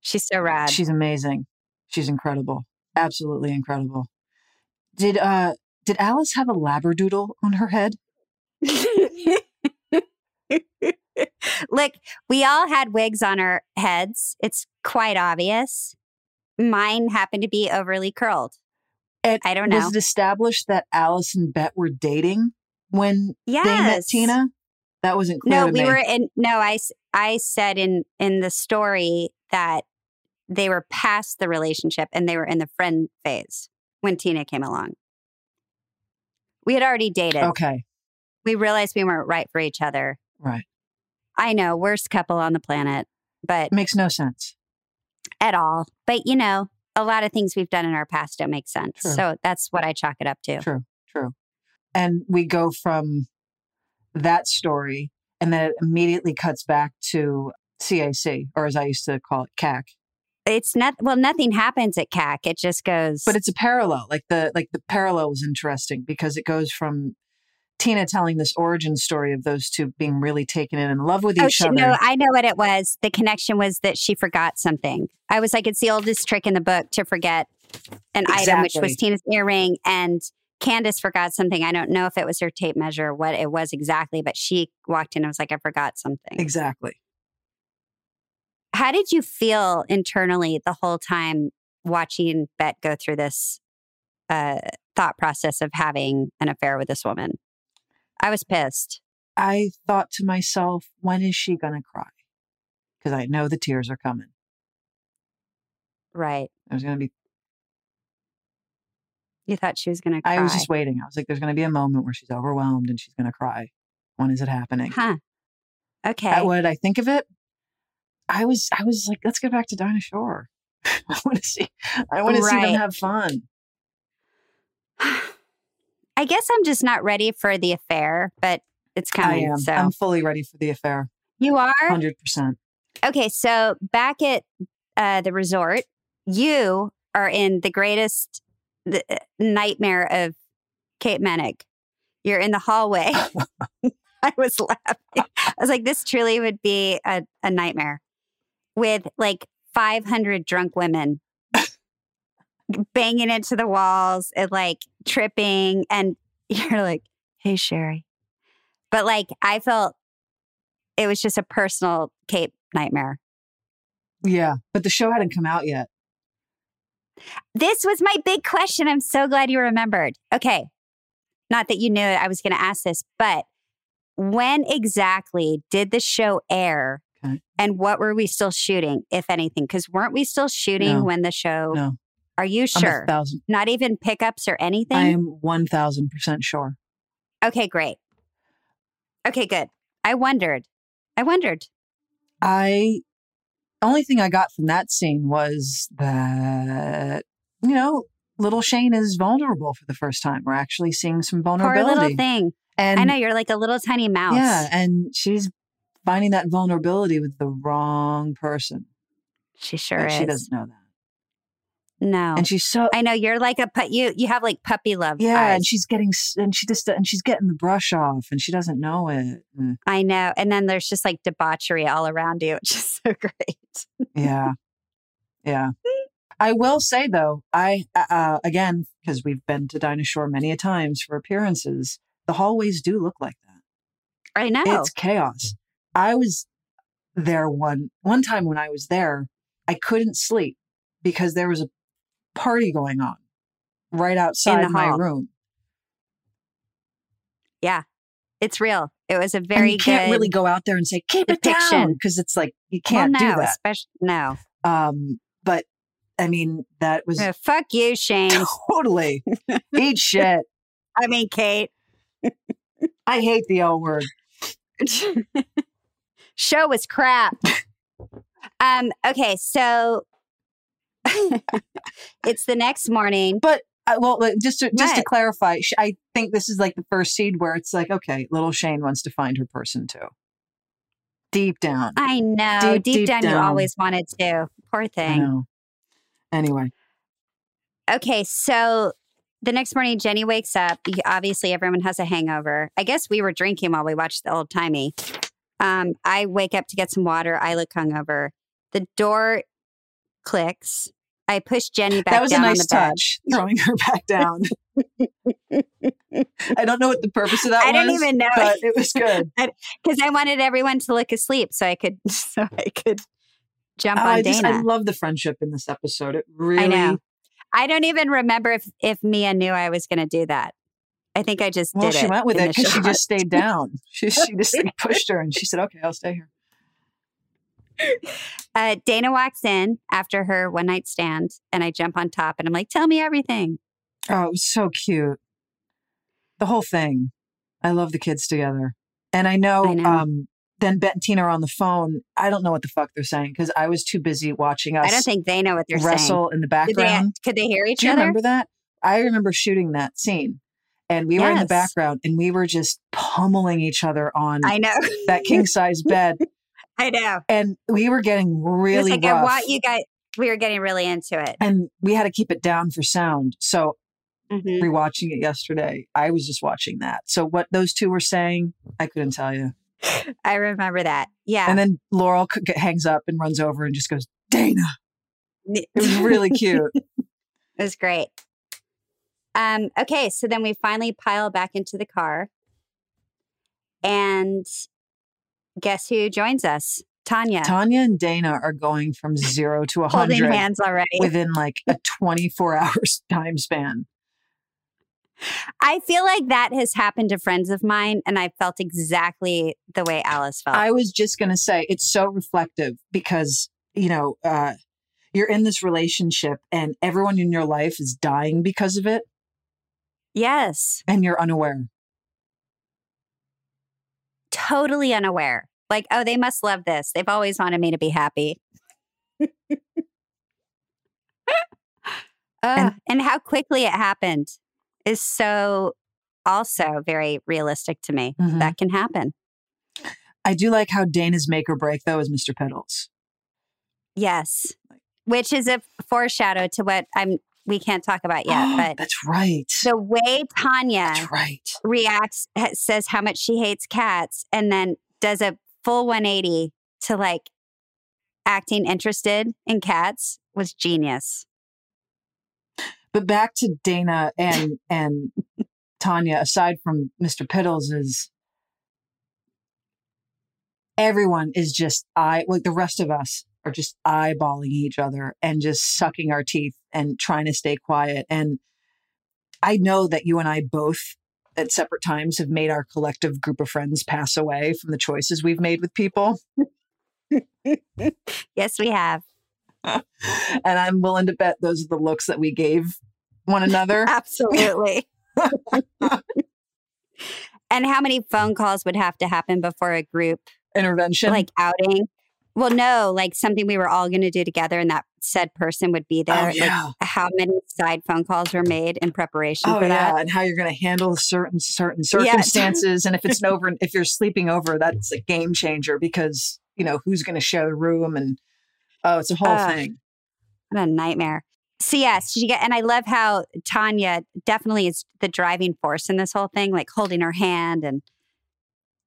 [SPEAKER 2] She's so rad.
[SPEAKER 1] She's amazing. She's incredible. Absolutely incredible. Did uh did Alice have a labradoodle on her head?
[SPEAKER 2] Look, we all had wigs on our heads. It's quite obvious. Mine happened to be overly curled.
[SPEAKER 1] And
[SPEAKER 2] I don't know.
[SPEAKER 1] Was it established that Alice and Bet were dating when
[SPEAKER 2] yes.
[SPEAKER 1] they met Tina? That wasn't clear
[SPEAKER 2] No,
[SPEAKER 1] to
[SPEAKER 2] we
[SPEAKER 1] me.
[SPEAKER 2] were in. No, I s- I said in in the story that they were past the relationship and they were in the friend phase when Tina came along. We had already dated.
[SPEAKER 1] okay,
[SPEAKER 2] We realized we weren't right for each other.
[SPEAKER 1] right.
[SPEAKER 2] I know, worst couple on the planet, but
[SPEAKER 1] It makes no sense.
[SPEAKER 2] at all. But you know, a lot of things we've done in our past don't make sense.
[SPEAKER 1] Sure.
[SPEAKER 2] So that's what I chalk it up to.
[SPEAKER 1] True, true. And we go from that story, and then it immediately cuts back to CAC, or as I used to call it, CAC.
[SPEAKER 2] It's not well, nothing happens at CAC. It just goes.
[SPEAKER 1] but it's a parallel like the like the parallel was interesting because it goes from tina telling this origin story of those two being really taken in and in love with
[SPEAKER 2] oh,
[SPEAKER 1] each
[SPEAKER 2] she,
[SPEAKER 1] other
[SPEAKER 2] no, I know what it was. The connection was that she forgot something. I was like, it's the oldest trick in the book to forget an item, which
[SPEAKER 1] Exactly.
[SPEAKER 2] was Tina's earring, and. Candace forgot something. I don't know if it was her tape measure, what it was exactly, but she walked in and was like, I forgot something.
[SPEAKER 1] exactly
[SPEAKER 2] How did you feel internally the whole time watching Bet go through this uh, thought process of having an affair with this woman? I was pissed.
[SPEAKER 1] i thought to myself when is she going to cry because i know the tears are coming
[SPEAKER 2] Right.
[SPEAKER 1] there's going to be
[SPEAKER 2] You thought she was going to cry.
[SPEAKER 1] i was just waiting i was like there's going to be a moment where she's overwhelmed and she's going to cry when is it happening
[SPEAKER 2] huh. Okay.
[SPEAKER 1] At what did i think of it i was i was like let's go back to dinah shore i want to see i want to see them
[SPEAKER 2] Right.
[SPEAKER 1] have fun
[SPEAKER 2] I guess I'm just not ready for the affair, but it's
[SPEAKER 1] I
[SPEAKER 2] coming.
[SPEAKER 1] am.
[SPEAKER 2] So
[SPEAKER 1] I'm fully ready for the affair.
[SPEAKER 2] you are?
[SPEAKER 1] 100%.
[SPEAKER 2] Okay, so back at uh, the resort, you are in the greatest the, uh, nightmare of Kate Menick. You're in the hallway. I was laughing. I was like, this truly would be a, a nightmare with like 500 drunk women banging into the walls and like tripping. And you're like, hey, Sherry. But like, I felt it was just a personal Kate nightmare.
[SPEAKER 1] Yeah. But the show hadn't come out yet.
[SPEAKER 2] This was my big question. I'm so glad you remembered. Okay. Not that you knew I was going to ask this, but when exactly did the show air?
[SPEAKER 1] Okay.
[SPEAKER 2] And what were we still shooting, if anything? Because weren't we still shooting
[SPEAKER 1] No.
[SPEAKER 2] when the show?
[SPEAKER 1] No.
[SPEAKER 2] Are you
[SPEAKER 1] I'm a
[SPEAKER 2] sure?
[SPEAKER 1] thousand.
[SPEAKER 2] Not even pickups or anything?
[SPEAKER 1] I am 1000% sure.
[SPEAKER 2] okay, great. Okay, good. I wondered. I wondered.
[SPEAKER 1] I only thing I got from that scene was that you know little Shane is vulnerable for the first time. We're actually seeing some
[SPEAKER 2] Poor
[SPEAKER 1] vulnerability,
[SPEAKER 2] little thing.
[SPEAKER 1] and
[SPEAKER 2] I know you're like a little tiny mouse.
[SPEAKER 1] yeah, and she's finding that vulnerability with the wrong person.
[SPEAKER 2] She sure
[SPEAKER 1] But
[SPEAKER 2] is.
[SPEAKER 1] she doesn't know that,
[SPEAKER 2] No.
[SPEAKER 1] and she's so
[SPEAKER 2] I know you're like a pu- you you have like puppy love.
[SPEAKER 1] yeah,
[SPEAKER 2] eyes.
[SPEAKER 1] and she's getting s- and she just and she's getting the brush off, and she doesn't know it. Mm,
[SPEAKER 2] I know. And then there's just like debauchery all around you, which is so great.
[SPEAKER 1] Yeah. Yeah. I will say though, I uh, uh, again because we've been to Dinosaur many a times for appearances, the hallways do look like that.
[SPEAKER 2] I know.
[SPEAKER 1] It's chaos. I was there one one time when I was there, I couldn't sleep because there was a party going on right outside my
[SPEAKER 2] hall.
[SPEAKER 1] room.
[SPEAKER 2] It's real. It was a
[SPEAKER 1] And
[SPEAKER 2] very
[SPEAKER 1] you can't
[SPEAKER 2] good
[SPEAKER 1] really go out there and say keep it down
[SPEAKER 2] depiction.
[SPEAKER 1] because it's like you
[SPEAKER 2] well,
[SPEAKER 1] can't
[SPEAKER 2] no,
[SPEAKER 1] do that.
[SPEAKER 2] Especially, no.
[SPEAKER 1] Um, but I mean that was
[SPEAKER 2] Uh, fuck you, Shane.
[SPEAKER 1] totally eat shit.
[SPEAKER 2] I mean, Kate.
[SPEAKER 1] I hate the L word.
[SPEAKER 2] Show was crap. um. Okay. So it's the next morning.
[SPEAKER 1] I, well, like, just to, just to
[SPEAKER 2] What?
[SPEAKER 1] clarify, sh- I think this is like the first seed where it's like, okay, little Shane wants to find her person too. Deep down,
[SPEAKER 2] I know.
[SPEAKER 1] Deep,
[SPEAKER 2] Deep,
[SPEAKER 1] deep
[SPEAKER 2] down, you
[SPEAKER 1] down.
[SPEAKER 2] always wanted to. Poor
[SPEAKER 1] I
[SPEAKER 2] thing.
[SPEAKER 1] know. Anyway,
[SPEAKER 2] Okay, so the next morning, Jenny wakes up. You- Obviously, everyone has a hangover. I guess we were drinking while we watched the old timey. Um, I wake up to get some water. I look hungover. The door clicks. I push Jenny back
[SPEAKER 1] that was a
[SPEAKER 2] down on
[SPEAKER 1] nice
[SPEAKER 2] the bed.
[SPEAKER 1] touch, throwing her back down. I don't know what the purpose of that
[SPEAKER 2] I
[SPEAKER 1] was,
[SPEAKER 2] didn't even know
[SPEAKER 1] but it was good.
[SPEAKER 2] because I wanted everyone to look asleep so I could so I could jump
[SPEAKER 1] Oh,
[SPEAKER 2] on
[SPEAKER 1] I just I
[SPEAKER 2] Dana.
[SPEAKER 1] love the friendship in this episode. It really,
[SPEAKER 2] I know. I don't even remember if if Mia knew I was going to do that. I think I just
[SPEAKER 1] Well,
[SPEAKER 2] did
[SPEAKER 1] she
[SPEAKER 2] it
[SPEAKER 1] went with it because she
[SPEAKER 2] initially.
[SPEAKER 1] just stayed down. She she just like, pushed her and she said, "Okay, I'll stay here."
[SPEAKER 2] Uh, Dana walks in after her one night stand, and I jump on top and I'm like, "Tell me everything."
[SPEAKER 1] Oh, it was so cute. The whole thing. I love the kids together. And I know,
[SPEAKER 2] I know.
[SPEAKER 1] um then Bet and Tina are on the phone. I don't know what the fuck they're saying because I was too busy watching us
[SPEAKER 2] I don't think they know what they're saying.
[SPEAKER 1] wrestle in the
[SPEAKER 2] Did they,
[SPEAKER 1] background.
[SPEAKER 2] could they hear each
[SPEAKER 1] Do you
[SPEAKER 2] other?
[SPEAKER 1] remember that? I remember shooting that scene. And we were in the
[SPEAKER 2] Yes.
[SPEAKER 1] background and we were just pummeling each other on
[SPEAKER 2] I know.
[SPEAKER 1] that king size bed.
[SPEAKER 2] I know.
[SPEAKER 1] And we were getting
[SPEAKER 2] It was
[SPEAKER 1] really
[SPEAKER 2] like I
[SPEAKER 1] rough.
[SPEAKER 2] want you guys. We were getting really into it.
[SPEAKER 1] and we had to keep it down for sound. So Mm-hmm.
[SPEAKER 2] Mhm.
[SPEAKER 1] rewatching it yesterday. I was just watching that. So what those two were saying, I couldn't tell you.
[SPEAKER 2] I remember that. Yeah.
[SPEAKER 1] And then Laurel c- g- hangs up and runs over and just goes, "Dana." It was really cute.
[SPEAKER 2] It was great. Um, okay, so then we finally pile back into the car. And guess who joins us? Tanya.
[SPEAKER 1] Tanya and Dana are going from zero to a
[SPEAKER 2] holding
[SPEAKER 1] hundred
[SPEAKER 2] hands already.
[SPEAKER 1] within like a twenty-four hours time span.
[SPEAKER 2] I feel like that has happened to friends of mine, and I felt exactly the way Alice felt.
[SPEAKER 1] I was just going to say it's so reflective because, you know, uh, you're in this relationship and everyone in your life is dying because of it
[SPEAKER 2] yes,
[SPEAKER 1] and you're unaware.
[SPEAKER 2] totally unaware. Like, oh, they must love this. They've always wanted me to be happy. Ugh, and, how quickly it happened is so also very realistic to me.
[SPEAKER 1] Mhm.
[SPEAKER 2] That can happen.
[SPEAKER 1] I do like how Dana's make or break though is Mr. Pedals.
[SPEAKER 2] Yes. Which is a foreshadow to what I'm we can't talk about yet, but
[SPEAKER 1] that's right.
[SPEAKER 2] the way Tanya
[SPEAKER 1] That's right.
[SPEAKER 2] reacts ha- says how much she hates cats and then does a full 180 to like acting interested in cats was genius
[SPEAKER 1] But back to Dana and and Tanya. Aside from Mr. Piddles, is everyone is just eye like the rest of us are just eyeballing each other and just sucking our teeth and trying to stay quiet. And I know that you and I both at separate times have made our collective group of friends pass away from the choices we've made with people.
[SPEAKER 2] yes we have
[SPEAKER 1] and I'm willing to bet those are the looks that we gave one another.
[SPEAKER 2] absolutely and how many phone calls would have to happen before a group
[SPEAKER 1] Intervention.
[SPEAKER 2] like outing well no like something we were all going to do together and that said person would be there
[SPEAKER 1] oh yeah,
[SPEAKER 2] like how many side phone calls were made in preparation
[SPEAKER 1] oh
[SPEAKER 2] for that
[SPEAKER 1] yeah, and how you're going to handle certain certain
[SPEAKER 2] Yeah.
[SPEAKER 1] circumstances, and if it's an over, if you're sleeping over, that's a game changer because you know who's going to share the room, and oh, it's a whole
[SPEAKER 2] Ugh.
[SPEAKER 1] thing.
[SPEAKER 2] What a nightmare. So yes, she get, and I love how Tanya definitely is the driving force in this whole thing, like holding her hand and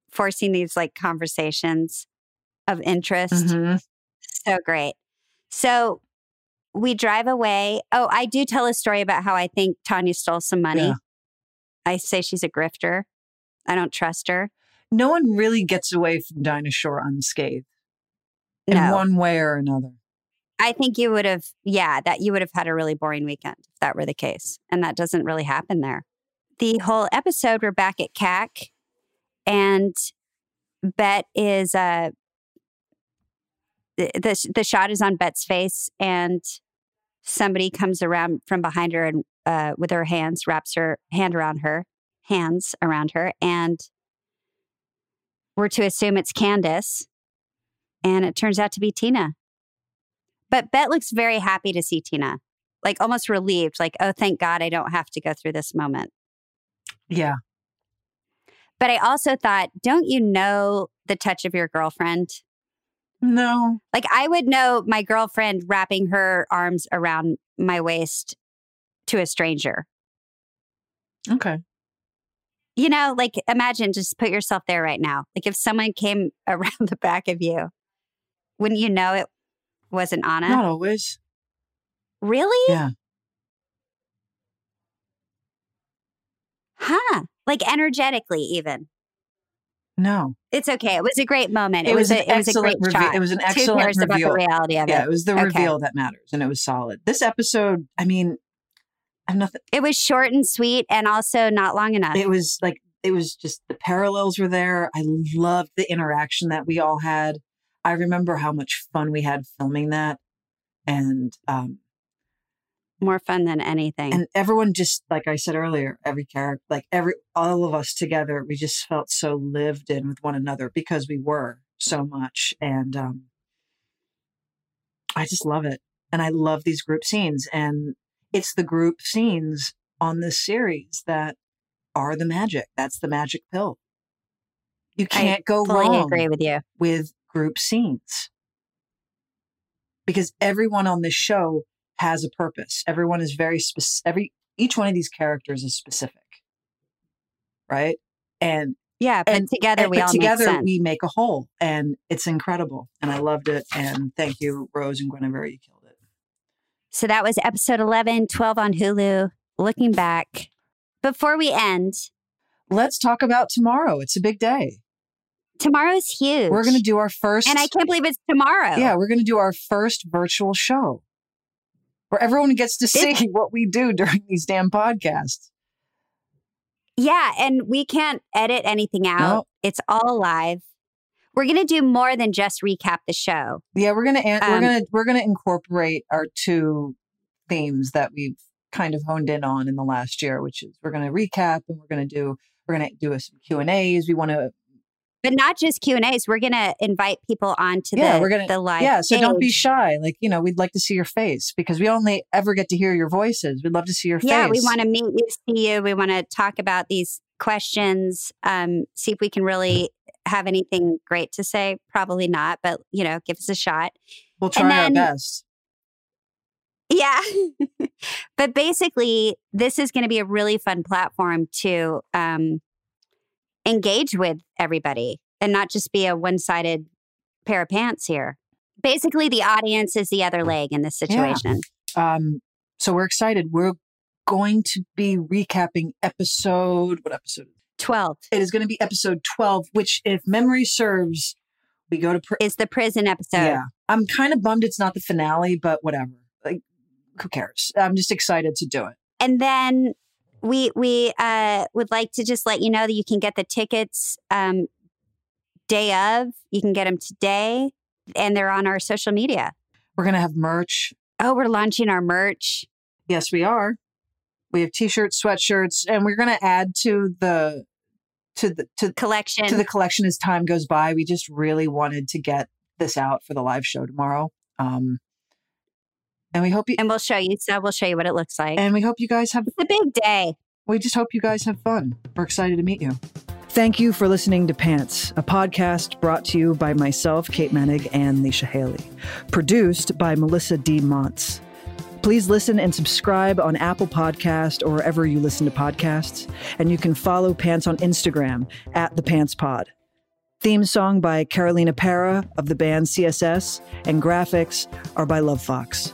[SPEAKER 2] forcing these like conversations of interest.
[SPEAKER 1] Mm-hmm.
[SPEAKER 2] So great. So we drive away. Oh, I do tell a story about how I think Tanya stole some money.
[SPEAKER 1] Yeah.
[SPEAKER 2] I say she's a grifter. I don't trust her.
[SPEAKER 1] No one really gets away from Dinosaur unscathed in
[SPEAKER 2] No,
[SPEAKER 1] one way or another.
[SPEAKER 2] I think you would have, yeah, that you would have had a really boring weekend if that were the case. And that doesn't really happen there. The whole episode, we're back at CAC, and Bet is, uh, the, the, the shot is on Bet's face, and somebody comes around from behind her and uh, with her hands, wraps her hand around her, hands around her, and we're to assume it's Candace. And it turns out to be Tina. But Bet looks very happy to see Tina, like almost relieved, like, oh, thank God I don't have to go through this moment.
[SPEAKER 1] Yeah,
[SPEAKER 2] But I also thought, don't you know the touch of your girlfriend?
[SPEAKER 1] no,
[SPEAKER 2] Like, I would know my girlfriend wrapping her arms around my waist to a stranger.
[SPEAKER 1] okay,
[SPEAKER 2] You know, like, imagine just put yourself there right now. Like, if someone came around the back of you, wouldn't you know it wasn't Anna?
[SPEAKER 1] not always.
[SPEAKER 2] Really?
[SPEAKER 1] Yeah.
[SPEAKER 2] Huh. Like, energetically, even.
[SPEAKER 1] No,
[SPEAKER 2] It's okay. It was a great moment. It, was,
[SPEAKER 1] an
[SPEAKER 2] a, it was a great
[SPEAKER 1] excellent reve-
[SPEAKER 2] shot.
[SPEAKER 1] It was an
[SPEAKER 2] Two
[SPEAKER 1] excellent
[SPEAKER 2] cares about
[SPEAKER 1] reveal.
[SPEAKER 2] the reality of
[SPEAKER 1] yeah,
[SPEAKER 2] it.
[SPEAKER 1] it was the
[SPEAKER 2] Okay.
[SPEAKER 1] reveal that matters, and it was solid. This episode, I mean, I'm nothing.
[SPEAKER 2] It was short and sweet, and also not long enough.
[SPEAKER 1] It was like it was just the parallels were there. I loved the interaction that we all had. I remember how much fun we had filming that, and um,
[SPEAKER 2] More fun than anything.
[SPEAKER 1] and everyone just like I said earlier, every character, like every all of us together, we just felt so lived in with one another because we were so much, and um, I just love it, and I love these group scenes, and it's the group scenes on this series that are the magic. That's the magic pill. You
[SPEAKER 2] I
[SPEAKER 1] can't go
[SPEAKER 2] Fully
[SPEAKER 1] wrong
[SPEAKER 2] agree with you.
[SPEAKER 1] with group scenes because everyone on this show has a purpose everyone is very specific every each one of these characters is specific right and,
[SPEAKER 2] Yeah, but
[SPEAKER 1] And-
[SPEAKER 2] together
[SPEAKER 1] and-
[SPEAKER 2] we
[SPEAKER 1] but
[SPEAKER 2] all
[SPEAKER 1] together
[SPEAKER 2] make sense.
[SPEAKER 1] we make a whole and it's incredible and i loved it and thank you rose and guinevere you killed it
[SPEAKER 2] So that was episode 11, 12 on Hulu. Looking back, before we end,
[SPEAKER 1] let's talk about tomorrow it's a big day
[SPEAKER 2] tomorrow's huge.
[SPEAKER 1] we're going to do our first
[SPEAKER 2] and I can't believe it's tomorrow.
[SPEAKER 1] yeah we're going to do our first virtual show where everyone gets to see
[SPEAKER 2] This-
[SPEAKER 1] what we do during these damn podcasts
[SPEAKER 2] Yeah, and we can't edit anything out.
[SPEAKER 1] No.
[SPEAKER 2] It's all live. We're going to do more than just recap the show.
[SPEAKER 1] Yeah, we're gonna an- we're
[SPEAKER 2] Um,
[SPEAKER 1] gonna we're gonna incorporate our two themes that we've kind of honed in on in the last year, which is we're gonna recap and we're gonna do we're gonna do some Q and A's. We want to
[SPEAKER 2] But not just Q&As. We're going to invite people onto
[SPEAKER 1] Yeah,
[SPEAKER 2] the,
[SPEAKER 1] we're gonna-
[SPEAKER 2] the live
[SPEAKER 1] yeah, so don't be
[SPEAKER 2] stage.
[SPEAKER 1] shy. Like you know, we'd like to see your face because we only ever get to hear your voices. We'd love to see your
[SPEAKER 2] Yeah,
[SPEAKER 1] face.
[SPEAKER 2] we want to meet you, see you. We want to talk about these questions, um, see if we can really have anything great to say. Probably not, but you know, give us a shot.
[SPEAKER 1] We'll try
[SPEAKER 2] then-
[SPEAKER 1] our best.
[SPEAKER 2] Yeah. but basically, this is going to be a really fun platform to um, engage with everybody and not just be a one sided pair of pants here. Basically, the audience is the other leg in this
[SPEAKER 1] Yeah.
[SPEAKER 2] situation.
[SPEAKER 1] Um, so we're excited. We're going to be recapping episode. What episode?
[SPEAKER 2] 12
[SPEAKER 1] It is going to be episode twelve. Which, if memory serves, we go to. Pr-
[SPEAKER 2] is the prison episode.
[SPEAKER 1] yeah, I'm kind of bummed it's not the finale, but whatever. Like, who cares? I'm just excited to do it.
[SPEAKER 2] and then we we uh, would like to just let you know that you can get the tickets um, day of. You can get them today, and they're on our social media.
[SPEAKER 1] We're going to have merch.
[SPEAKER 2] Oh, we're launching our merch.
[SPEAKER 1] Yes, we are. We have t-shirts, sweatshirts, and we're going to add to the to the to
[SPEAKER 2] collection.
[SPEAKER 1] to the collection as time goes by. We just really wanted to get this out for the live show tomorrow. Um, and we hope you
[SPEAKER 2] and we'll show you. So we'll show you what it looks like.
[SPEAKER 1] and we hope you guys have
[SPEAKER 2] it's a big day.
[SPEAKER 1] we just hope you guys have fun. We're excited to meet you.
[SPEAKER 4] Thank you for listening to Pants, a podcast brought to you by myself, Kate Manig, and Leisha Haley. Produced by Melissa D. Montz. Please listen and subscribe on Apple Podcast or wherever you listen to podcasts. And you can follow Pants on Instagram at The Pants Pod. Theme song by Carolina Para of the band CSS, and graphics are by Love Fox.